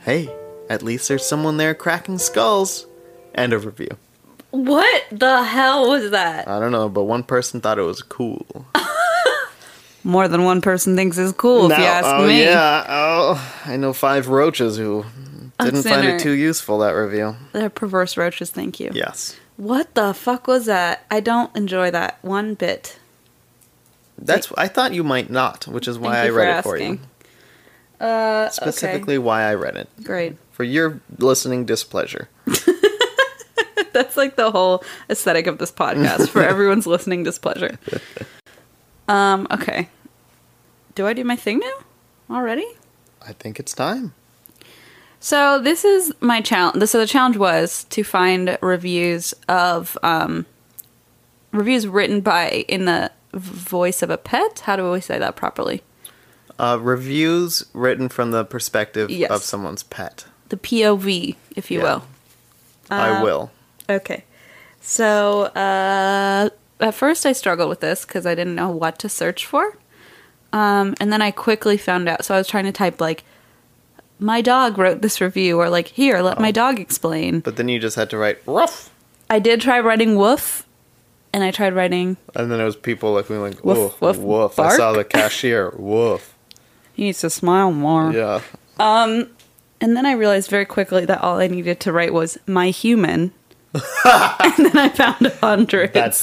Speaker 2: Hey, at least there's someone there cracking skulls. End of review.
Speaker 1: What the hell was that?
Speaker 2: I don't know, but one person thought it was cool.
Speaker 1: More than one person thinks is cool. if
Speaker 2: Now-
Speaker 1: you ask
Speaker 2: oh,
Speaker 1: me.
Speaker 2: Yeah, oh, I know five roaches who didn't find
Speaker 1: sinner.
Speaker 2: it too useful, that review.
Speaker 1: They're perverse roaches. Thank you.
Speaker 2: Yes.
Speaker 1: What the fuck was that? I don't enjoy that one bit.
Speaker 2: That's. I thought you might not, which is why
Speaker 1: Thank
Speaker 2: I
Speaker 1: you for
Speaker 2: read it for you.
Speaker 1: asking. Uh,
Speaker 2: Specifically, why I read it.
Speaker 1: okay. great.
Speaker 2: For your listening displeasure.
Speaker 1: <laughs> That's like the whole aesthetic of this podcast for everyone's listening displeasure. Um, okay. Do I do my thing now? Already?
Speaker 2: I think it's time.
Speaker 1: So this is my challenge. This so the challenge was to find reviews of um, reviews written by in the voice of a pet. How do we say that properly?
Speaker 2: Uh, reviews written from the perspective
Speaker 1: Yes.
Speaker 2: of someone's pet.
Speaker 1: The POV, if you
Speaker 2: Yeah.
Speaker 1: will. Uh,
Speaker 2: I will.
Speaker 1: Okay. So uh, at first I struggled with this because I didn't know what to search for. Um, and then I quickly found out. So I was trying to type, like, my dog wrote this review, or like, here, let
Speaker 2: Oh.
Speaker 1: my dog explain.
Speaker 2: But then you just had to write rough,
Speaker 1: I did try writing woof, and I tried writing,
Speaker 2: and then it was people looking like
Speaker 1: Woof, woof,
Speaker 2: woof, woof. I saw
Speaker 1: bark.
Speaker 2: the cashier <laughs> woof.
Speaker 1: he needs to smile more. Um,
Speaker 2: Yeah,
Speaker 1: <laughs> And then I realized very quickly that all I needed to write was my
Speaker 2: <laughs>
Speaker 1: human. and then I found a hundred.
Speaker 2: that's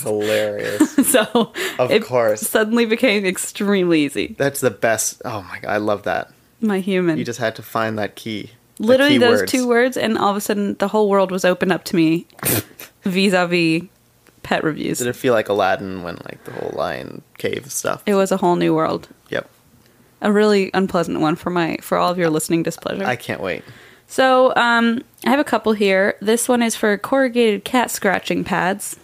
Speaker 1: <laughs>
Speaker 2: hilarious.
Speaker 1: so
Speaker 2: Of
Speaker 1: it
Speaker 2: course.
Speaker 1: suddenly became extremely easy.
Speaker 2: That's the best. Oh my god, I love that.
Speaker 1: My human.
Speaker 2: You just had to find that key. the
Speaker 1: literally
Speaker 2: key
Speaker 1: those
Speaker 2: words.
Speaker 1: two words and all of a sudden the whole world was opened up to
Speaker 2: <laughs>
Speaker 1: me vis-a-vis pet reviews
Speaker 2: Did it feel like Aladdin when like the whole lion cave stuff?
Speaker 1: it was a whole new world
Speaker 2: Yep.
Speaker 1: a really unpleasant one for my for all of your listening displeasure
Speaker 2: I can't wait.
Speaker 1: so um, i have a couple here this one is for corrugated cat scratching pads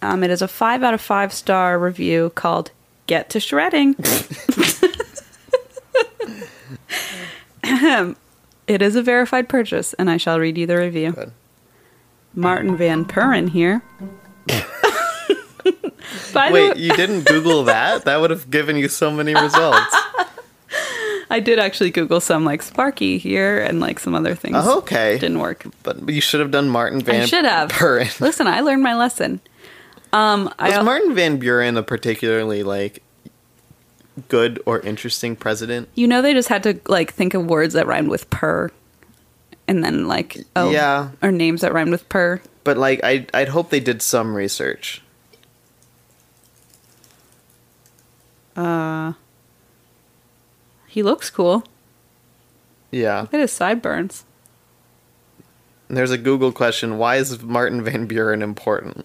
Speaker 1: um, it is a five out of five star review called get to shredding <laughs> Ahem. it is a verified purchase and i shall read you the review
Speaker 2: Good.
Speaker 1: Martin Van Puren here. By the
Speaker 2: Wait,
Speaker 1: way,
Speaker 2: you didn't Google that? That would have given you
Speaker 1: <laughs>
Speaker 2: so many results.
Speaker 1: I did actually Google some like Sparky here and like some other things.
Speaker 2: Oh, okay.
Speaker 1: Didn't work.
Speaker 2: But you should have done Martin Van
Speaker 1: I should have.
Speaker 2: Buren.
Speaker 1: Listen, I learned my lesson. Um, <laughs> I
Speaker 2: Was Martin Van Buren a particularly like good or interesting president?
Speaker 1: you know they just had to like think of words that rhymed with purr, and then like oh
Speaker 2: Yeah.
Speaker 1: or names that rhymed with purr.
Speaker 2: But like I I'd hope they did some research.
Speaker 1: Uh, he looks cool.
Speaker 2: Yeah.
Speaker 1: Look at his sideburns.
Speaker 2: And there's a Google question, why is Martin Van Buren important?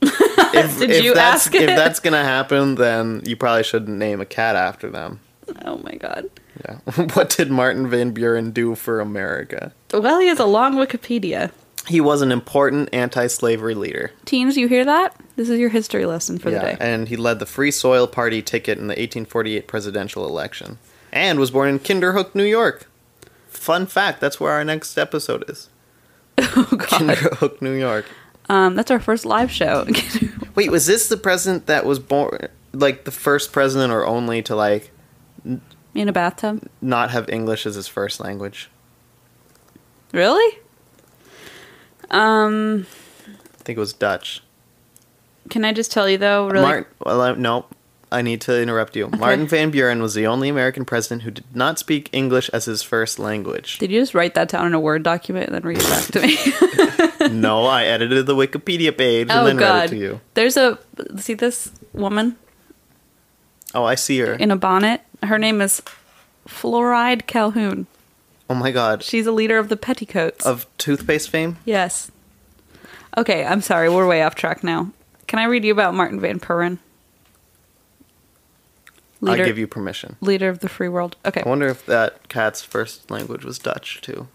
Speaker 1: <laughs>
Speaker 2: If,
Speaker 1: Did
Speaker 2: if
Speaker 1: you
Speaker 2: that's
Speaker 1: ask
Speaker 2: if
Speaker 1: it?
Speaker 2: that's gonna happen, then you probably shouldn't name a cat after them.
Speaker 1: Oh my god.
Speaker 2: Yeah. <laughs> what did Martin Van Buren do for America?
Speaker 1: Well, he has a long Wikipedia.
Speaker 2: He was an important anti-slavery leader.
Speaker 1: Teens, you hear that? This is your history lesson for the day.
Speaker 2: And he led the Free Soil Party ticket in the 1848 presidential election and was born in Kinderhook, New York. Fun fact, that's where our next episode is.
Speaker 1: Oh <laughs> god.
Speaker 2: Kinderhook, New York.
Speaker 1: Um, that's our first live show. <laughs>
Speaker 2: Wait, was this the president that was born like the first president or only to like
Speaker 1: In a bathtub?
Speaker 2: not have English as his first language?
Speaker 1: Really? Um,
Speaker 2: I think it was Dutch.
Speaker 1: Can I just tell you though, really?
Speaker 2: Martin, well, I, no, I need to interrupt you. Martin Van Buren was the only American president who did not speak English as his
Speaker 1: <laughs>
Speaker 2: first language.
Speaker 1: Did you just write that down in a Word document and then read it back to me?
Speaker 2: no, I edited the Wikipedia page <laughs> and
Speaker 1: oh
Speaker 2: then read it
Speaker 1: God!
Speaker 2: to you.
Speaker 1: There's a see this woman
Speaker 2: Oh, I see her.
Speaker 1: in a bonnet. Her name is Fluoride Calhoun.
Speaker 2: Oh my God.
Speaker 1: She's a leader of the Petticoats.
Speaker 2: Of toothpaste fame?
Speaker 1: yes. Okay, I'm sorry. We're way off track now. Can I read you about Martin Van Buren? Leader,
Speaker 2: I give you permission.
Speaker 1: leader of the free world. Okay.
Speaker 2: I wonder if that cat's first language was Dutch too.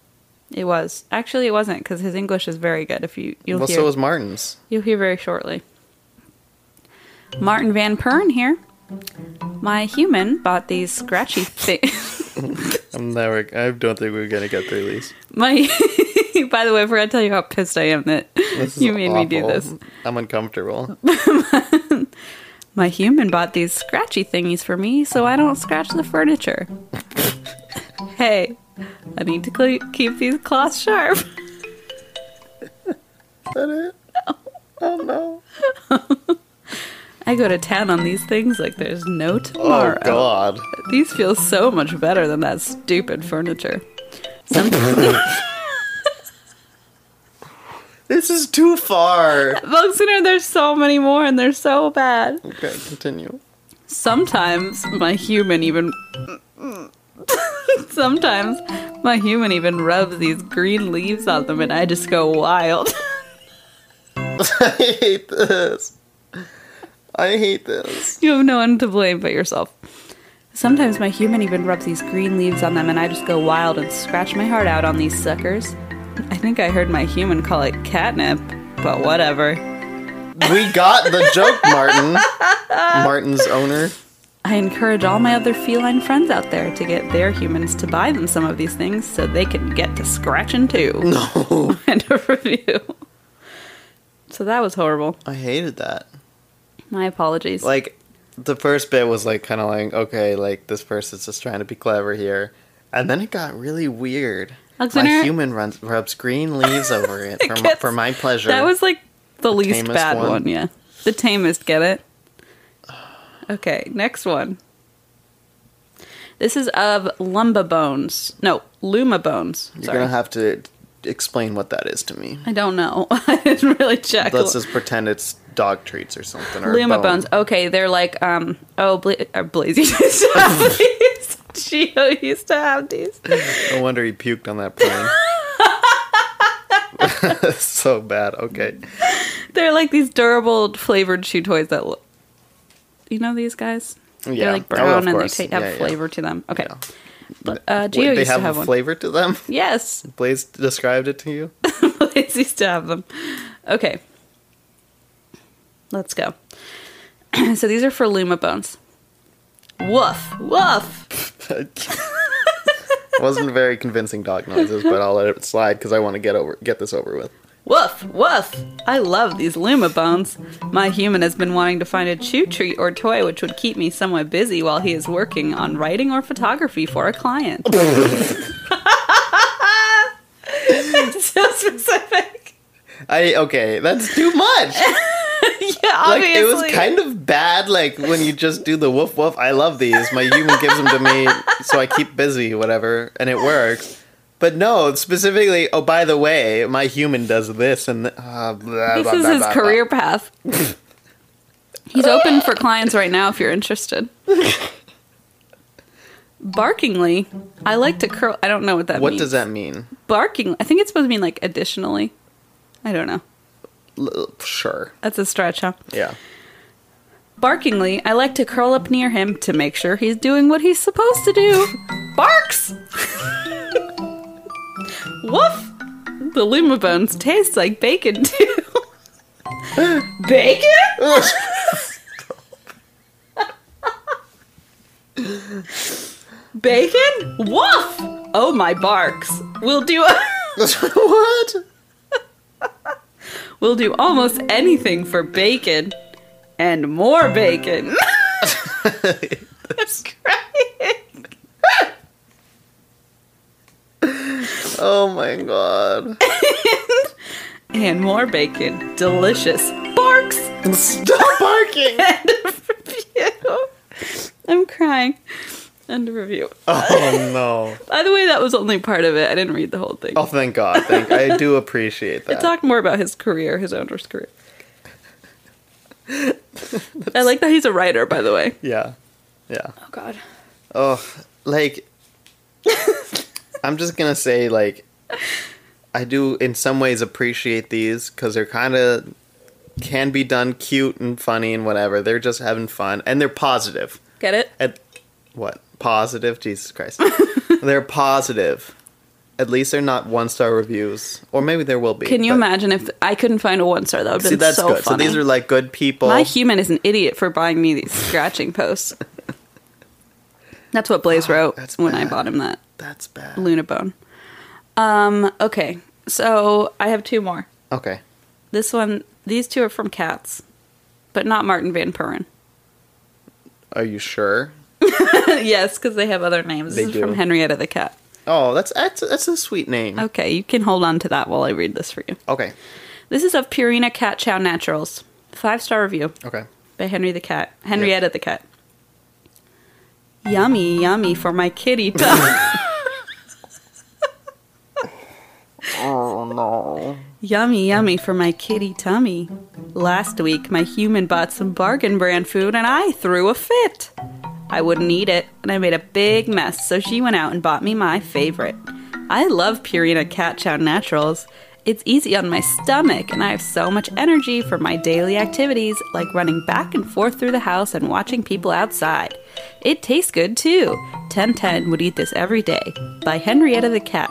Speaker 1: It was actually it wasn't because his English is very good. If you you'll
Speaker 2: well,
Speaker 1: hear
Speaker 2: so was Martin's.
Speaker 1: you'll hear very shortly. Martin Van Pern here. My human bought these scratchy things.
Speaker 2: I'm never. I don't think we're gonna get through these.
Speaker 1: <laughs> My <laughs> by the way, I forgot to tell you how pissed I am that
Speaker 2: This is
Speaker 1: you made me do
Speaker 2: awful.
Speaker 1: this. <laughs>
Speaker 2: I'm uncomfortable.
Speaker 1: My human bought these scratchy thingies for me so I don't scratch the furniture. <laughs> hey, I need to cle keep these cloths sharp.
Speaker 2: Is that it? Oh no!
Speaker 1: I go to town on these things like there's no
Speaker 2: Oh
Speaker 1: tomorrow. <laughs>
Speaker 2: god!
Speaker 1: These feel so much better than that stupid furniture. Some-
Speaker 2: This is too far.
Speaker 1: Bugsner, there's so many more and they're so bad.
Speaker 2: Okay, continue. <laughs>
Speaker 1: Sometimes my human even. <laughs> Sometimes my human even rubs these green leaves on them and I just go wild. <laughs>
Speaker 2: I hate this. I hate this.
Speaker 1: you have no one to blame but yourself. Sometimes my human even rubs these green leaves on them and I just go wild and scratch my heart out on these suckers. I think I heard my human call it catnip, but whatever.
Speaker 2: We got the joke, Martin. Martin's owner.
Speaker 1: I encourage all my other feline friends out there to get their humans to buy them some of these things so they can get to scratching too.
Speaker 2: No,
Speaker 1: <laughs> End of review. So that was horrible.
Speaker 2: <laughs> I hated that.
Speaker 1: My apologies.
Speaker 2: like the first bit was like kind of like okay like this person's just trying to be clever here and then it got really weird
Speaker 1: Alexander-
Speaker 2: my human runs, rubs green
Speaker 1: <laughs>
Speaker 2: leaves over it for, my,
Speaker 1: Gets-
Speaker 2: for my pleasure
Speaker 1: That was like the, least
Speaker 2: tamest
Speaker 1: bad
Speaker 2: one.
Speaker 1: one. yeah. The tamest, get it? Okay, next one. This is of Lumba Bones. No, Luma Bones.
Speaker 2: you're
Speaker 1: Sorry.
Speaker 2: gonna have to explain what that is to me
Speaker 1: I don't know. <laughs> I didn't really check.
Speaker 2: let's just pretend it's dog treats or something or
Speaker 1: Luma
Speaker 2: bone.
Speaker 1: bones. Okay, they're like um oh bla- or <laughs> Blazy used to
Speaker 2: <laughs>
Speaker 1: have these. Geo used to have these.
Speaker 2: no wonder he puked on
Speaker 1: <laughs>
Speaker 2: that plane <laughs> so bad okay
Speaker 1: They're like these durable flavored chew toys that look. You know these guys?
Speaker 2: Yeah.
Speaker 1: They're like
Speaker 2: Oh, of
Speaker 1: brown and they
Speaker 2: course.
Speaker 1: ta- have
Speaker 2: Yeah, yeah.
Speaker 1: flavor to them. Okay.
Speaker 2: Yeah.
Speaker 1: But, uh,
Speaker 2: Wait,
Speaker 1: Geo
Speaker 2: they
Speaker 1: used
Speaker 2: have,
Speaker 1: to have
Speaker 2: a
Speaker 1: one.
Speaker 2: flavor to them
Speaker 1: yes, <laughs>
Speaker 2: blaze described it to you
Speaker 1: Blaze used to have them. Okay. Let's go. <clears throat> so these are for Luma bones. Woof, woof.
Speaker 2: wasn't very convincing dog noises, but I'll let it slide because I want to get over get this over with.
Speaker 1: Woof, woof! I love these Luma bones. My human has been wanting to find a chew treat or toy which would keep me somewhat busy while he is working on writing or photography for a
Speaker 2: <laughs>
Speaker 1: client. <laughs> It's so specific.
Speaker 2: I okay, that's too
Speaker 1: <laughs>
Speaker 2: much.
Speaker 1: Yeah,
Speaker 2: like
Speaker 1: obviously.
Speaker 2: it was kind of bad. Like when you just do the woof woof. I love these. My human gives them to me, so I keep busy, whatever, and it works. But no, specifically. Oh, by the way, my human does this and th- uh, blah,
Speaker 1: This
Speaker 2: blah,
Speaker 1: is
Speaker 2: blah,
Speaker 1: his
Speaker 2: blah, blah.
Speaker 1: career
Speaker 2: <laughs>
Speaker 1: path. He's open for clients right now if you're
Speaker 2: <laughs>
Speaker 1: interested. Barkingly, I like to curl. I don't know what that
Speaker 2: What
Speaker 1: means.
Speaker 2: does that mean?
Speaker 1: barking. I think it's supposed to mean like additionally. I don't know.
Speaker 2: L- sure.
Speaker 1: That's a stretch, huh?
Speaker 2: Yeah.
Speaker 1: Barkingly, I like to curl up near him to make sure he's doing what he's supposed to do. Barks! <laughs> Woof! The Luma Bones taste like bacon, too. bacon? Bacon? Woof! Oh my barks. We'll do
Speaker 2: what?
Speaker 1: We'll do almost anything for bacon and more
Speaker 2: <laughs>
Speaker 1: bacon. That's crying.
Speaker 2: Oh my god. <laughs>
Speaker 1: And more bacon. Delicious. Barks!
Speaker 2: And stop barking!
Speaker 1: review. I'm crying. End of review.
Speaker 2: oh no.
Speaker 1: By the way, that was only part of it. I didn't read the whole thing.
Speaker 2: Oh, thank God. Thank I do appreciate
Speaker 1: It
Speaker 2: that.
Speaker 1: talked more about his career, his owner's
Speaker 2: <laughs>
Speaker 1: career. I like that he's a writer, by the way.
Speaker 2: yeah. Yeah.
Speaker 1: Oh God.
Speaker 2: Oh, like I'm just gonna say like I do in some ways appreciate these because they're kind of can be done cute and funny and whatever. They're just having fun and they're positive.
Speaker 1: Get it?
Speaker 2: At what positive?
Speaker 1: <laughs>
Speaker 2: Jesus Christ! they're positive. At least they're not one star reviews, or maybe there will be.
Speaker 1: Can you
Speaker 2: but-
Speaker 1: imagine if I couldn't find a one star? That would have
Speaker 2: See,
Speaker 1: been
Speaker 2: that's
Speaker 1: so
Speaker 2: good.
Speaker 1: funny.
Speaker 2: So these are like good people.
Speaker 1: My human is an idiot for buying me these scratching posts. That's what Blaze wrote
Speaker 2: Ah, that's
Speaker 1: when I
Speaker 2: bad.
Speaker 1: bought him that
Speaker 2: that's bad.
Speaker 1: Luna bone. Um, okay, so I have two more.
Speaker 2: Okay.
Speaker 1: This one, these two are from Cats, but not Martin Van Puren. <laughs>
Speaker 2: Are you sure?
Speaker 1: yes, because they have other names.
Speaker 2: They
Speaker 1: this
Speaker 2: do. Hmm.
Speaker 1: is from Henrietta the Cat.
Speaker 2: Oh, that's that's, that's a sweet name.
Speaker 1: Okay, you can hold on to that while I read this for you.
Speaker 2: Okay.
Speaker 1: This is of Purina Cat Chow Naturals. Five star review.
Speaker 2: Okay.
Speaker 1: by Henry the Cat. Henrietta the Cat. Yummy, yummy for my kitty <laughs>
Speaker 2: <laughs>
Speaker 1: pet.
Speaker 2: Oh no.
Speaker 1: yummy, yummy for my kitty tummy. Last week, my human bought some bargain brand food and I threw a fit. I wouldn't eat it, and I made a big mess, so she went out and bought me my favorite. I love Purina Cat Chow Naturals. It's easy on my stomach, and I have so much energy for my daily activities, like running back and forth through the house and watching people outside. It tastes good too. 1010 would eat this every day. By Henrietta the Cat.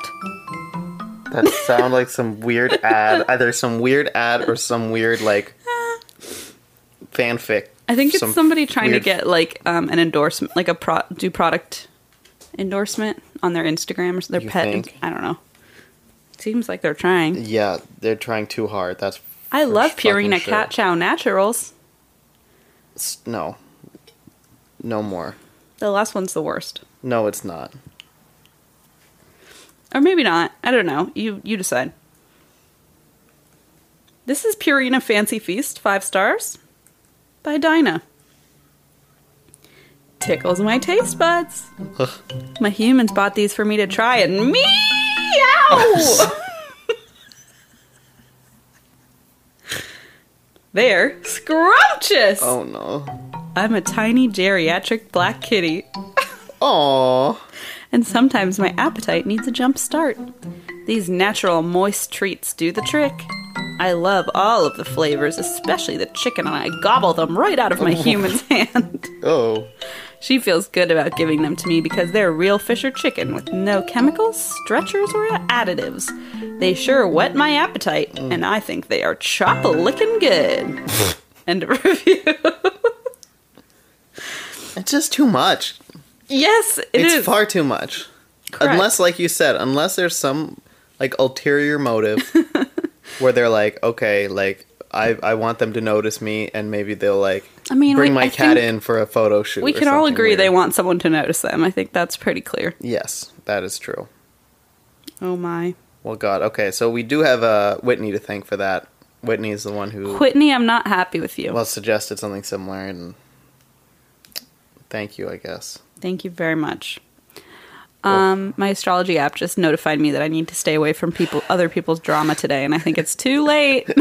Speaker 2: That sound like some weird ad, either some weird ad or some weird like fanfic.
Speaker 1: I think it's
Speaker 2: Some
Speaker 1: somebody trying
Speaker 2: weird-
Speaker 1: to get like um, an endorsement, like a pro- do product endorsement on their Instagram or their
Speaker 2: You
Speaker 1: pet.
Speaker 2: think?
Speaker 1: I don't know. Seems like they're trying.
Speaker 2: Yeah, they're trying too hard. That's
Speaker 1: I
Speaker 2: for
Speaker 1: love
Speaker 2: fucking
Speaker 1: Purina
Speaker 2: sure.
Speaker 1: Cat Chow Naturals.
Speaker 2: S- No, no more.
Speaker 1: The last one's the worst.
Speaker 2: No, it's not.
Speaker 1: Or maybe not. I don't know. You you decide. This is Purina Fancy Feast, five stars, by Dinah. Tickles my taste buds.
Speaker 2: Ugh.
Speaker 1: My humans bought these for me to try, and meow. They're scrumptious.
Speaker 2: Oh no.
Speaker 1: I'm a tiny geriatric black kitty.
Speaker 2: Oh.
Speaker 1: and sometimes my appetite needs a jump start. These natural, moist treats do the trick. I love all of the flavors, especially the chicken, and I gobble them right out
Speaker 2: <laughs>
Speaker 1: of my human's hand.
Speaker 2: Oh.
Speaker 1: She feels good about giving them to me because they're real Fisher chicken with no chemicals, stretchers, or additives. They sure whet my appetite, and I think they are chop licking
Speaker 2: <laughs>
Speaker 1: good. End of review. <laughs>
Speaker 2: It's just too much.
Speaker 1: yes, it
Speaker 2: it's
Speaker 1: is.
Speaker 2: far too much.
Speaker 1: Correct.
Speaker 2: Unless, like you said, unless there's some like ulterior motive
Speaker 1: <laughs>
Speaker 2: where they're like, okay, like I I want them to notice me, and maybe they'll like
Speaker 1: I mean,
Speaker 2: bring
Speaker 1: we-
Speaker 2: my
Speaker 1: I
Speaker 2: cat
Speaker 1: think
Speaker 2: in for a photo shoot.
Speaker 1: We
Speaker 2: or
Speaker 1: can all
Speaker 2: something
Speaker 1: agree
Speaker 2: weird.
Speaker 1: they want someone to notice them. I think that's pretty clear.
Speaker 2: Yes, that is true.
Speaker 1: Oh my.
Speaker 2: Well, God. Okay, so we do have uh, Whitney to thank for that. Whitney is the one who
Speaker 1: Whitney, I'm not happy with you.
Speaker 2: well suggested something similar, and thank you, I guess.
Speaker 1: Thank you very much. Um, my astrology app just notified me that I need to stay away from people, other people's drama today, and I think it's too late. <laughs>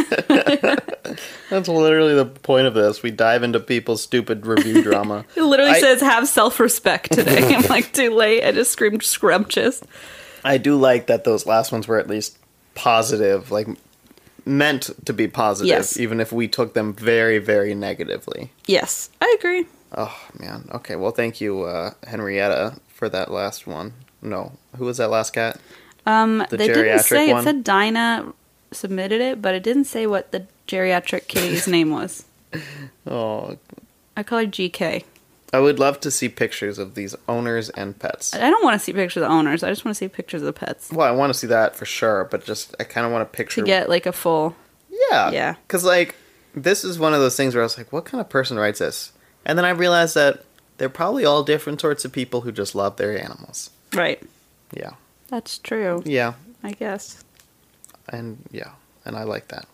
Speaker 2: That's literally the point of this. We dive into people's stupid
Speaker 1: <laughs>
Speaker 2: review drama.
Speaker 1: It literally
Speaker 2: I-
Speaker 1: says have self respect today. <laughs> I'm like too late. I just screamed scrumptious.
Speaker 2: I do like that those last ones were at least positive, like meant to be positive,
Speaker 1: Yes.
Speaker 2: even if we took them very, very negatively.
Speaker 1: Yes, I agree.
Speaker 2: Oh man. Okay. Well, thank you, uh, Henrietta, for that last one. No, who was that last cat?
Speaker 1: Um,
Speaker 2: The
Speaker 1: they didn't
Speaker 2: geriatric
Speaker 1: say
Speaker 2: one?
Speaker 1: it said Dinah submitted it, but it didn't say what the geriatric
Speaker 2: <laughs>
Speaker 1: kitty's name was.
Speaker 2: Oh,
Speaker 1: I call her GK.
Speaker 2: I would love to see pictures of these owners and pets.
Speaker 1: I I don't want to see pictures of the owners. I just want to see pictures of the pets
Speaker 2: Well, I want to see that for sure, but just I kind of want a picture.
Speaker 1: to get like a full.
Speaker 2: yeah,
Speaker 1: Yeah.
Speaker 2: Because like this is one of those things where I was like, what kind of person writes this? And then I realized that they're probably all different sorts of people who just love their animals.
Speaker 1: Right.
Speaker 2: Yeah.
Speaker 1: That's true.
Speaker 2: Yeah,
Speaker 1: I guess.
Speaker 2: and yeah, and I like that.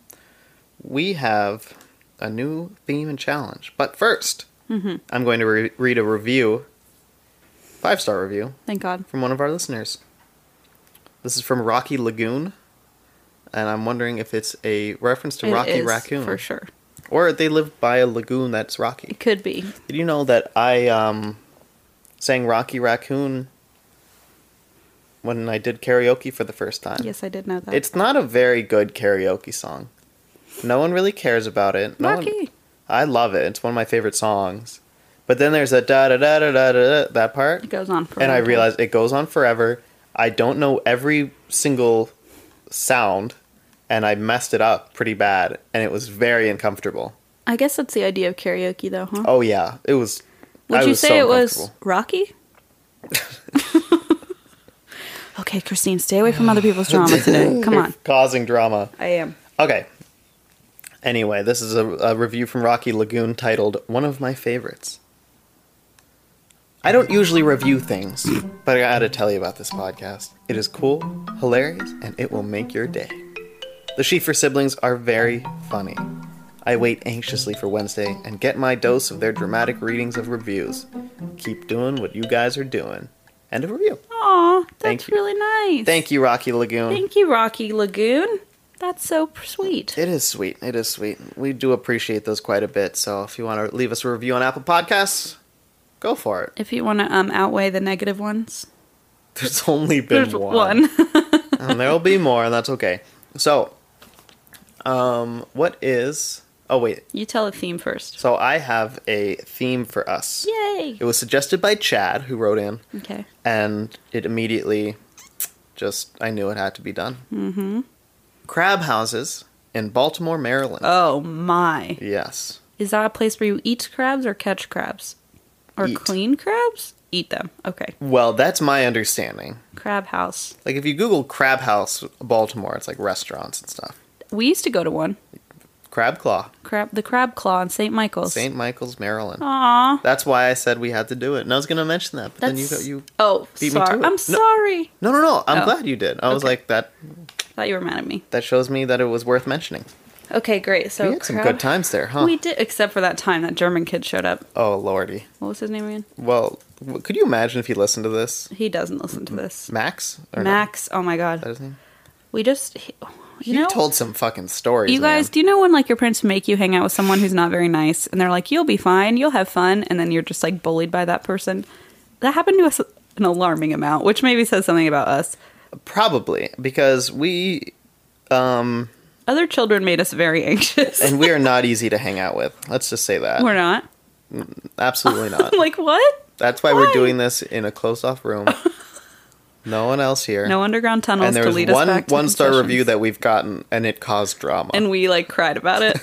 Speaker 2: We have a new theme and challenge. But 1st i mm-hmm. I'm going to re- read a review, five star review,
Speaker 1: Thank God.
Speaker 2: from one of our listeners. This is from Rocky Lagoon, and I'm wondering if it's a reference to
Speaker 1: It
Speaker 2: Rocky
Speaker 1: is,
Speaker 2: Raccoon,
Speaker 1: For sure.
Speaker 2: or they live by a lagoon that's rocky.
Speaker 1: It could be.
Speaker 2: Did you know that I um, sang Rocky Raccoon when I did karaoke for the first time?
Speaker 1: Yes, I did know that.
Speaker 2: It's not a very good karaoke song. No one really cares about it. No one-
Speaker 1: Rocky.
Speaker 2: I love it. It's one of my favorite songs. But then there's a da da da da da da da, that part,
Speaker 1: It goes on for
Speaker 2: and
Speaker 1: a
Speaker 2: I
Speaker 1: long time.
Speaker 2: realized it goes on forever. I don't know every single sound, and I messed it up pretty bad, and it was very uncomfortable.
Speaker 1: I guess that's the idea of karaoke, though, huh?
Speaker 2: Oh yeah, it was.
Speaker 1: Would
Speaker 2: I
Speaker 1: you
Speaker 2: was
Speaker 1: say
Speaker 2: so
Speaker 1: it was
Speaker 2: uncomfortable. <laughs>
Speaker 1: Rocky? okay, Christine, stay away from other
Speaker 2: <sighs>
Speaker 1: people's drama today. Come on.
Speaker 2: causing drama?
Speaker 1: I am.
Speaker 2: Okay. Anyway, this is a, a review from Rocky Lagoon titled One of My Favorites. I don't usually review things, but I gotta tell you about this podcast. It is cool, hilarious, and it will make your day. The Schieffer siblings are very funny. I wait anxiously for Wednesday and get my dose of their dramatic readings of reviews. Keep doing what you guys are doing. End of review.
Speaker 1: Aw, that's
Speaker 2: Thank you.
Speaker 1: really nice.
Speaker 2: Thank you, Rocky Lagoon.
Speaker 1: Thank you, Rocky Lagoon. That's so p- sweet.
Speaker 2: It is sweet. It is sweet. We do appreciate those quite a bit. So if you want to leave us a review on Apple Podcasts, go for it. <laughs>
Speaker 1: If you want to um, outweigh the negative ones,
Speaker 2: There's only been
Speaker 1: there's
Speaker 2: one.
Speaker 1: one. <laughs>
Speaker 2: and there'll be more, and that's okay. So, um, what is. Oh, wait.
Speaker 1: you tell a theme first.
Speaker 2: So I have a theme for us.
Speaker 1: Yay!
Speaker 2: It was suggested by Chad, who wrote in,
Speaker 1: Okay.
Speaker 2: and it immediately just. I knew it had to be done. Mm hmm.
Speaker 1: Mm-hmm.
Speaker 2: Crab houses in Baltimore, Maryland.
Speaker 1: Oh my.
Speaker 2: yes.
Speaker 1: Is that a place where you eat crabs or catch crabs? Or
Speaker 2: Eat.
Speaker 1: clean crabs? Eat them. Okay.
Speaker 2: Well, that's my understanding.
Speaker 1: Crab house.
Speaker 2: Like if you Google Crab House Baltimore, it's like restaurants and stuff.
Speaker 1: We used to go to one.
Speaker 2: Crab Claw,
Speaker 1: Crab the crab claw in St. Michael's.
Speaker 2: St. Michael's, Maryland.
Speaker 1: Aw.
Speaker 2: That's why I said we had to do it, and I was gonna mention that, but
Speaker 1: That's
Speaker 2: then you go you.
Speaker 1: Oh,
Speaker 2: beat me
Speaker 1: sorry.
Speaker 2: to it.
Speaker 1: I'm
Speaker 2: No.
Speaker 1: sorry.
Speaker 2: No, no, no! I'm
Speaker 1: Oh.
Speaker 2: glad you did. I was
Speaker 1: Okay.
Speaker 2: like that.
Speaker 1: Thought you were mad at me.
Speaker 2: That shows me that it was worth mentioning.
Speaker 1: Okay, great. So
Speaker 2: we had some
Speaker 1: crab-
Speaker 2: good times there, huh?
Speaker 1: We did except for that time that German kid showed up.
Speaker 2: Oh lordy!
Speaker 1: What was his name again?
Speaker 2: Well, w- could you imagine if he listened to this,
Speaker 1: He doesn't listen to this.
Speaker 2: Max? Or no?
Speaker 1: Max, oh my
Speaker 2: Is Mm-hmm. that
Speaker 1: god.
Speaker 2: his name?
Speaker 1: We just he, you
Speaker 2: He
Speaker 1: know
Speaker 2: told some fucking stories.
Speaker 1: you guys,
Speaker 2: man.
Speaker 1: do you know when like your parents make you hang out with someone who's not very nice and they're like, "You'll be fine, you'll have fun," and then you're just like bullied by that person? That happened to us an alarming amount, which maybe says something about us.
Speaker 2: Probably because we, um,
Speaker 1: Other children made us very <laughs> anxious.
Speaker 2: and we are not easy to hang out with. Let's just say that.
Speaker 1: We're not.
Speaker 2: Absolutely
Speaker 1: <laughs>
Speaker 2: not.
Speaker 1: I'm like, "What?
Speaker 2: That's why,
Speaker 1: Why?
Speaker 2: we're doing this in a closed
Speaker 1: <laughs>
Speaker 2: off room. no one else here.
Speaker 1: No underground tunnels
Speaker 2: and there
Speaker 1: to
Speaker 2: was
Speaker 1: lead us
Speaker 2: one
Speaker 1: back to
Speaker 2: one star
Speaker 1: concessions."
Speaker 2: review that we've gotten, and it caused drama.
Speaker 1: and we like cried about
Speaker 2: <laughs>
Speaker 1: it.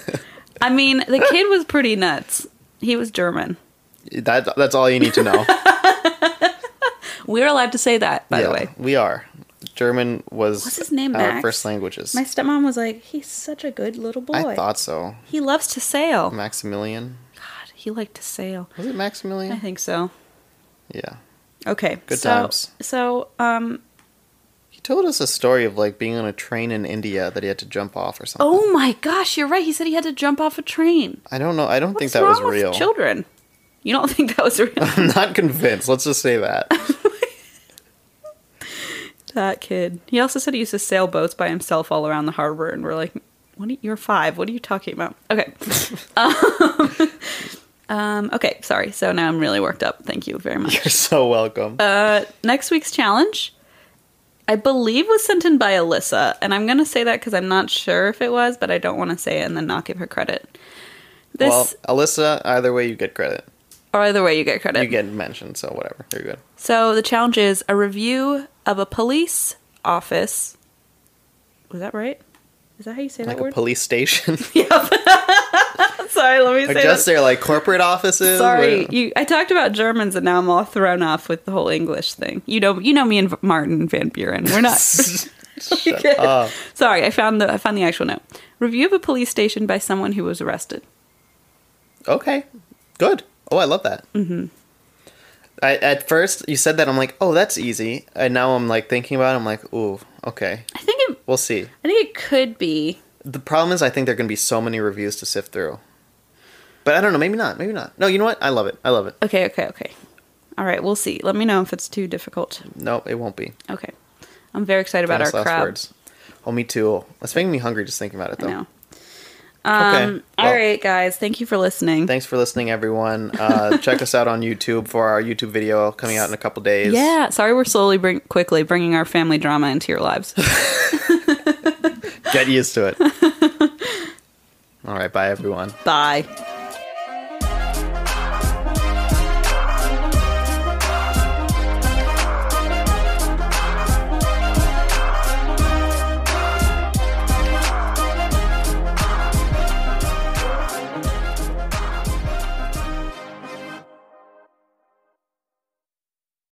Speaker 1: I mean, the kid was pretty nuts. He was German.
Speaker 2: that that's all you need
Speaker 1: <laughs>
Speaker 2: to know.
Speaker 1: We're allowed to say that, by
Speaker 2: Yeah,
Speaker 1: the way.
Speaker 2: we are. German was
Speaker 1: What's his name,
Speaker 2: our
Speaker 1: Max?
Speaker 2: first languages.
Speaker 1: My stepmom was like, "He's such a good little boy.
Speaker 2: I thought so.
Speaker 1: he loves to sail.
Speaker 2: Maximilian
Speaker 1: God, he liked to sail.
Speaker 2: was it
Speaker 1: I
Speaker 2: Maximilian?
Speaker 1: think so.
Speaker 2: Yeah,
Speaker 1: Okay.
Speaker 2: Good
Speaker 1: so,
Speaker 2: times.
Speaker 1: So, um,
Speaker 2: he told us a story of like being on a train in India that he had to jump off or something.
Speaker 1: oh my gosh, you're right. He said he had to jump off a train.
Speaker 2: I don't know. I don't
Speaker 1: What's
Speaker 2: think that
Speaker 1: wrong
Speaker 2: was
Speaker 1: with
Speaker 2: real.
Speaker 1: Children, you don't <laughs> think that was real?
Speaker 2: <laughs> I'm not convinced. Let's just say
Speaker 1: <laughs>
Speaker 2: that.
Speaker 1: that kid. He also said he used to sail boats by himself all around the harbor, and we're like, "What? Are you, you're five. What are you talking about?" Okay.
Speaker 2: <laughs>
Speaker 1: <laughs> um, <laughs> um, okay. Sorry. So now I'm really worked up. Thank you very much.
Speaker 2: You're so welcome.
Speaker 1: Uh, next week's challenge, I believe, was sent in by Alyssa, and I'm going to say that because I'm not sure if it was, but I don't want to say it and then not give her credit. This,
Speaker 2: Well, Alyssa, either way, you get credit.
Speaker 1: or either way, you get credit.
Speaker 2: You get mentioned, so whatever. You're good.
Speaker 1: So the challenge is a review of a police office. Was that right? Is that how you say
Speaker 2: Like
Speaker 1: that
Speaker 2: a
Speaker 1: word? <laughs>
Speaker 2: police station.
Speaker 1: Sorry, let me
Speaker 2: or
Speaker 1: say
Speaker 2: just
Speaker 1: that.
Speaker 2: their like corporate offices.
Speaker 1: Sorry,
Speaker 2: where-
Speaker 1: you, I talked about Germans and now I'm all thrown off with the whole English thing. You know, you know me and Martin Van Buren. We're not.
Speaker 2: <laughs> Shut
Speaker 1: <laughs>
Speaker 2: up.
Speaker 1: Sorry, I found the I found the actual note. Review of a police station by someone who was arrested.
Speaker 2: Okay. Good. Oh, I love that. Mm-hmm. I, at first, you said that I'm like, oh, that's easy, and now I'm like thinking about it. I'm like, ooh, okay,
Speaker 1: I think it
Speaker 2: we'll see.
Speaker 1: I think it could be.
Speaker 2: The problem is, I think there are going to be so many reviews to sift through. But I don't know. Maybe not. Maybe not. No, you know what? I love it. I love it.
Speaker 1: Okay, okay, okay. All right, we'll see. Let me know if it's too difficult.
Speaker 2: No, it won't be.
Speaker 1: Okay. I'm very excited about
Speaker 2: Famous
Speaker 1: our
Speaker 2: last
Speaker 1: crab.
Speaker 2: words. Oh, me too. That's making me hungry just thinking about it,
Speaker 1: I
Speaker 2: though.
Speaker 1: know. Um,
Speaker 2: well-
Speaker 1: All right, guys. Thank you for listening.
Speaker 2: Thanks for listening, everyone. Uh, check us out on YouTube for our YouTube video coming out in a couple days.
Speaker 1: yeah, sorry we're slowly, bring, quickly bringing our family drama into your
Speaker 2: <laughs>
Speaker 1: lives.
Speaker 2: Get used to it. All right. Bye, everyone.
Speaker 1: Bye.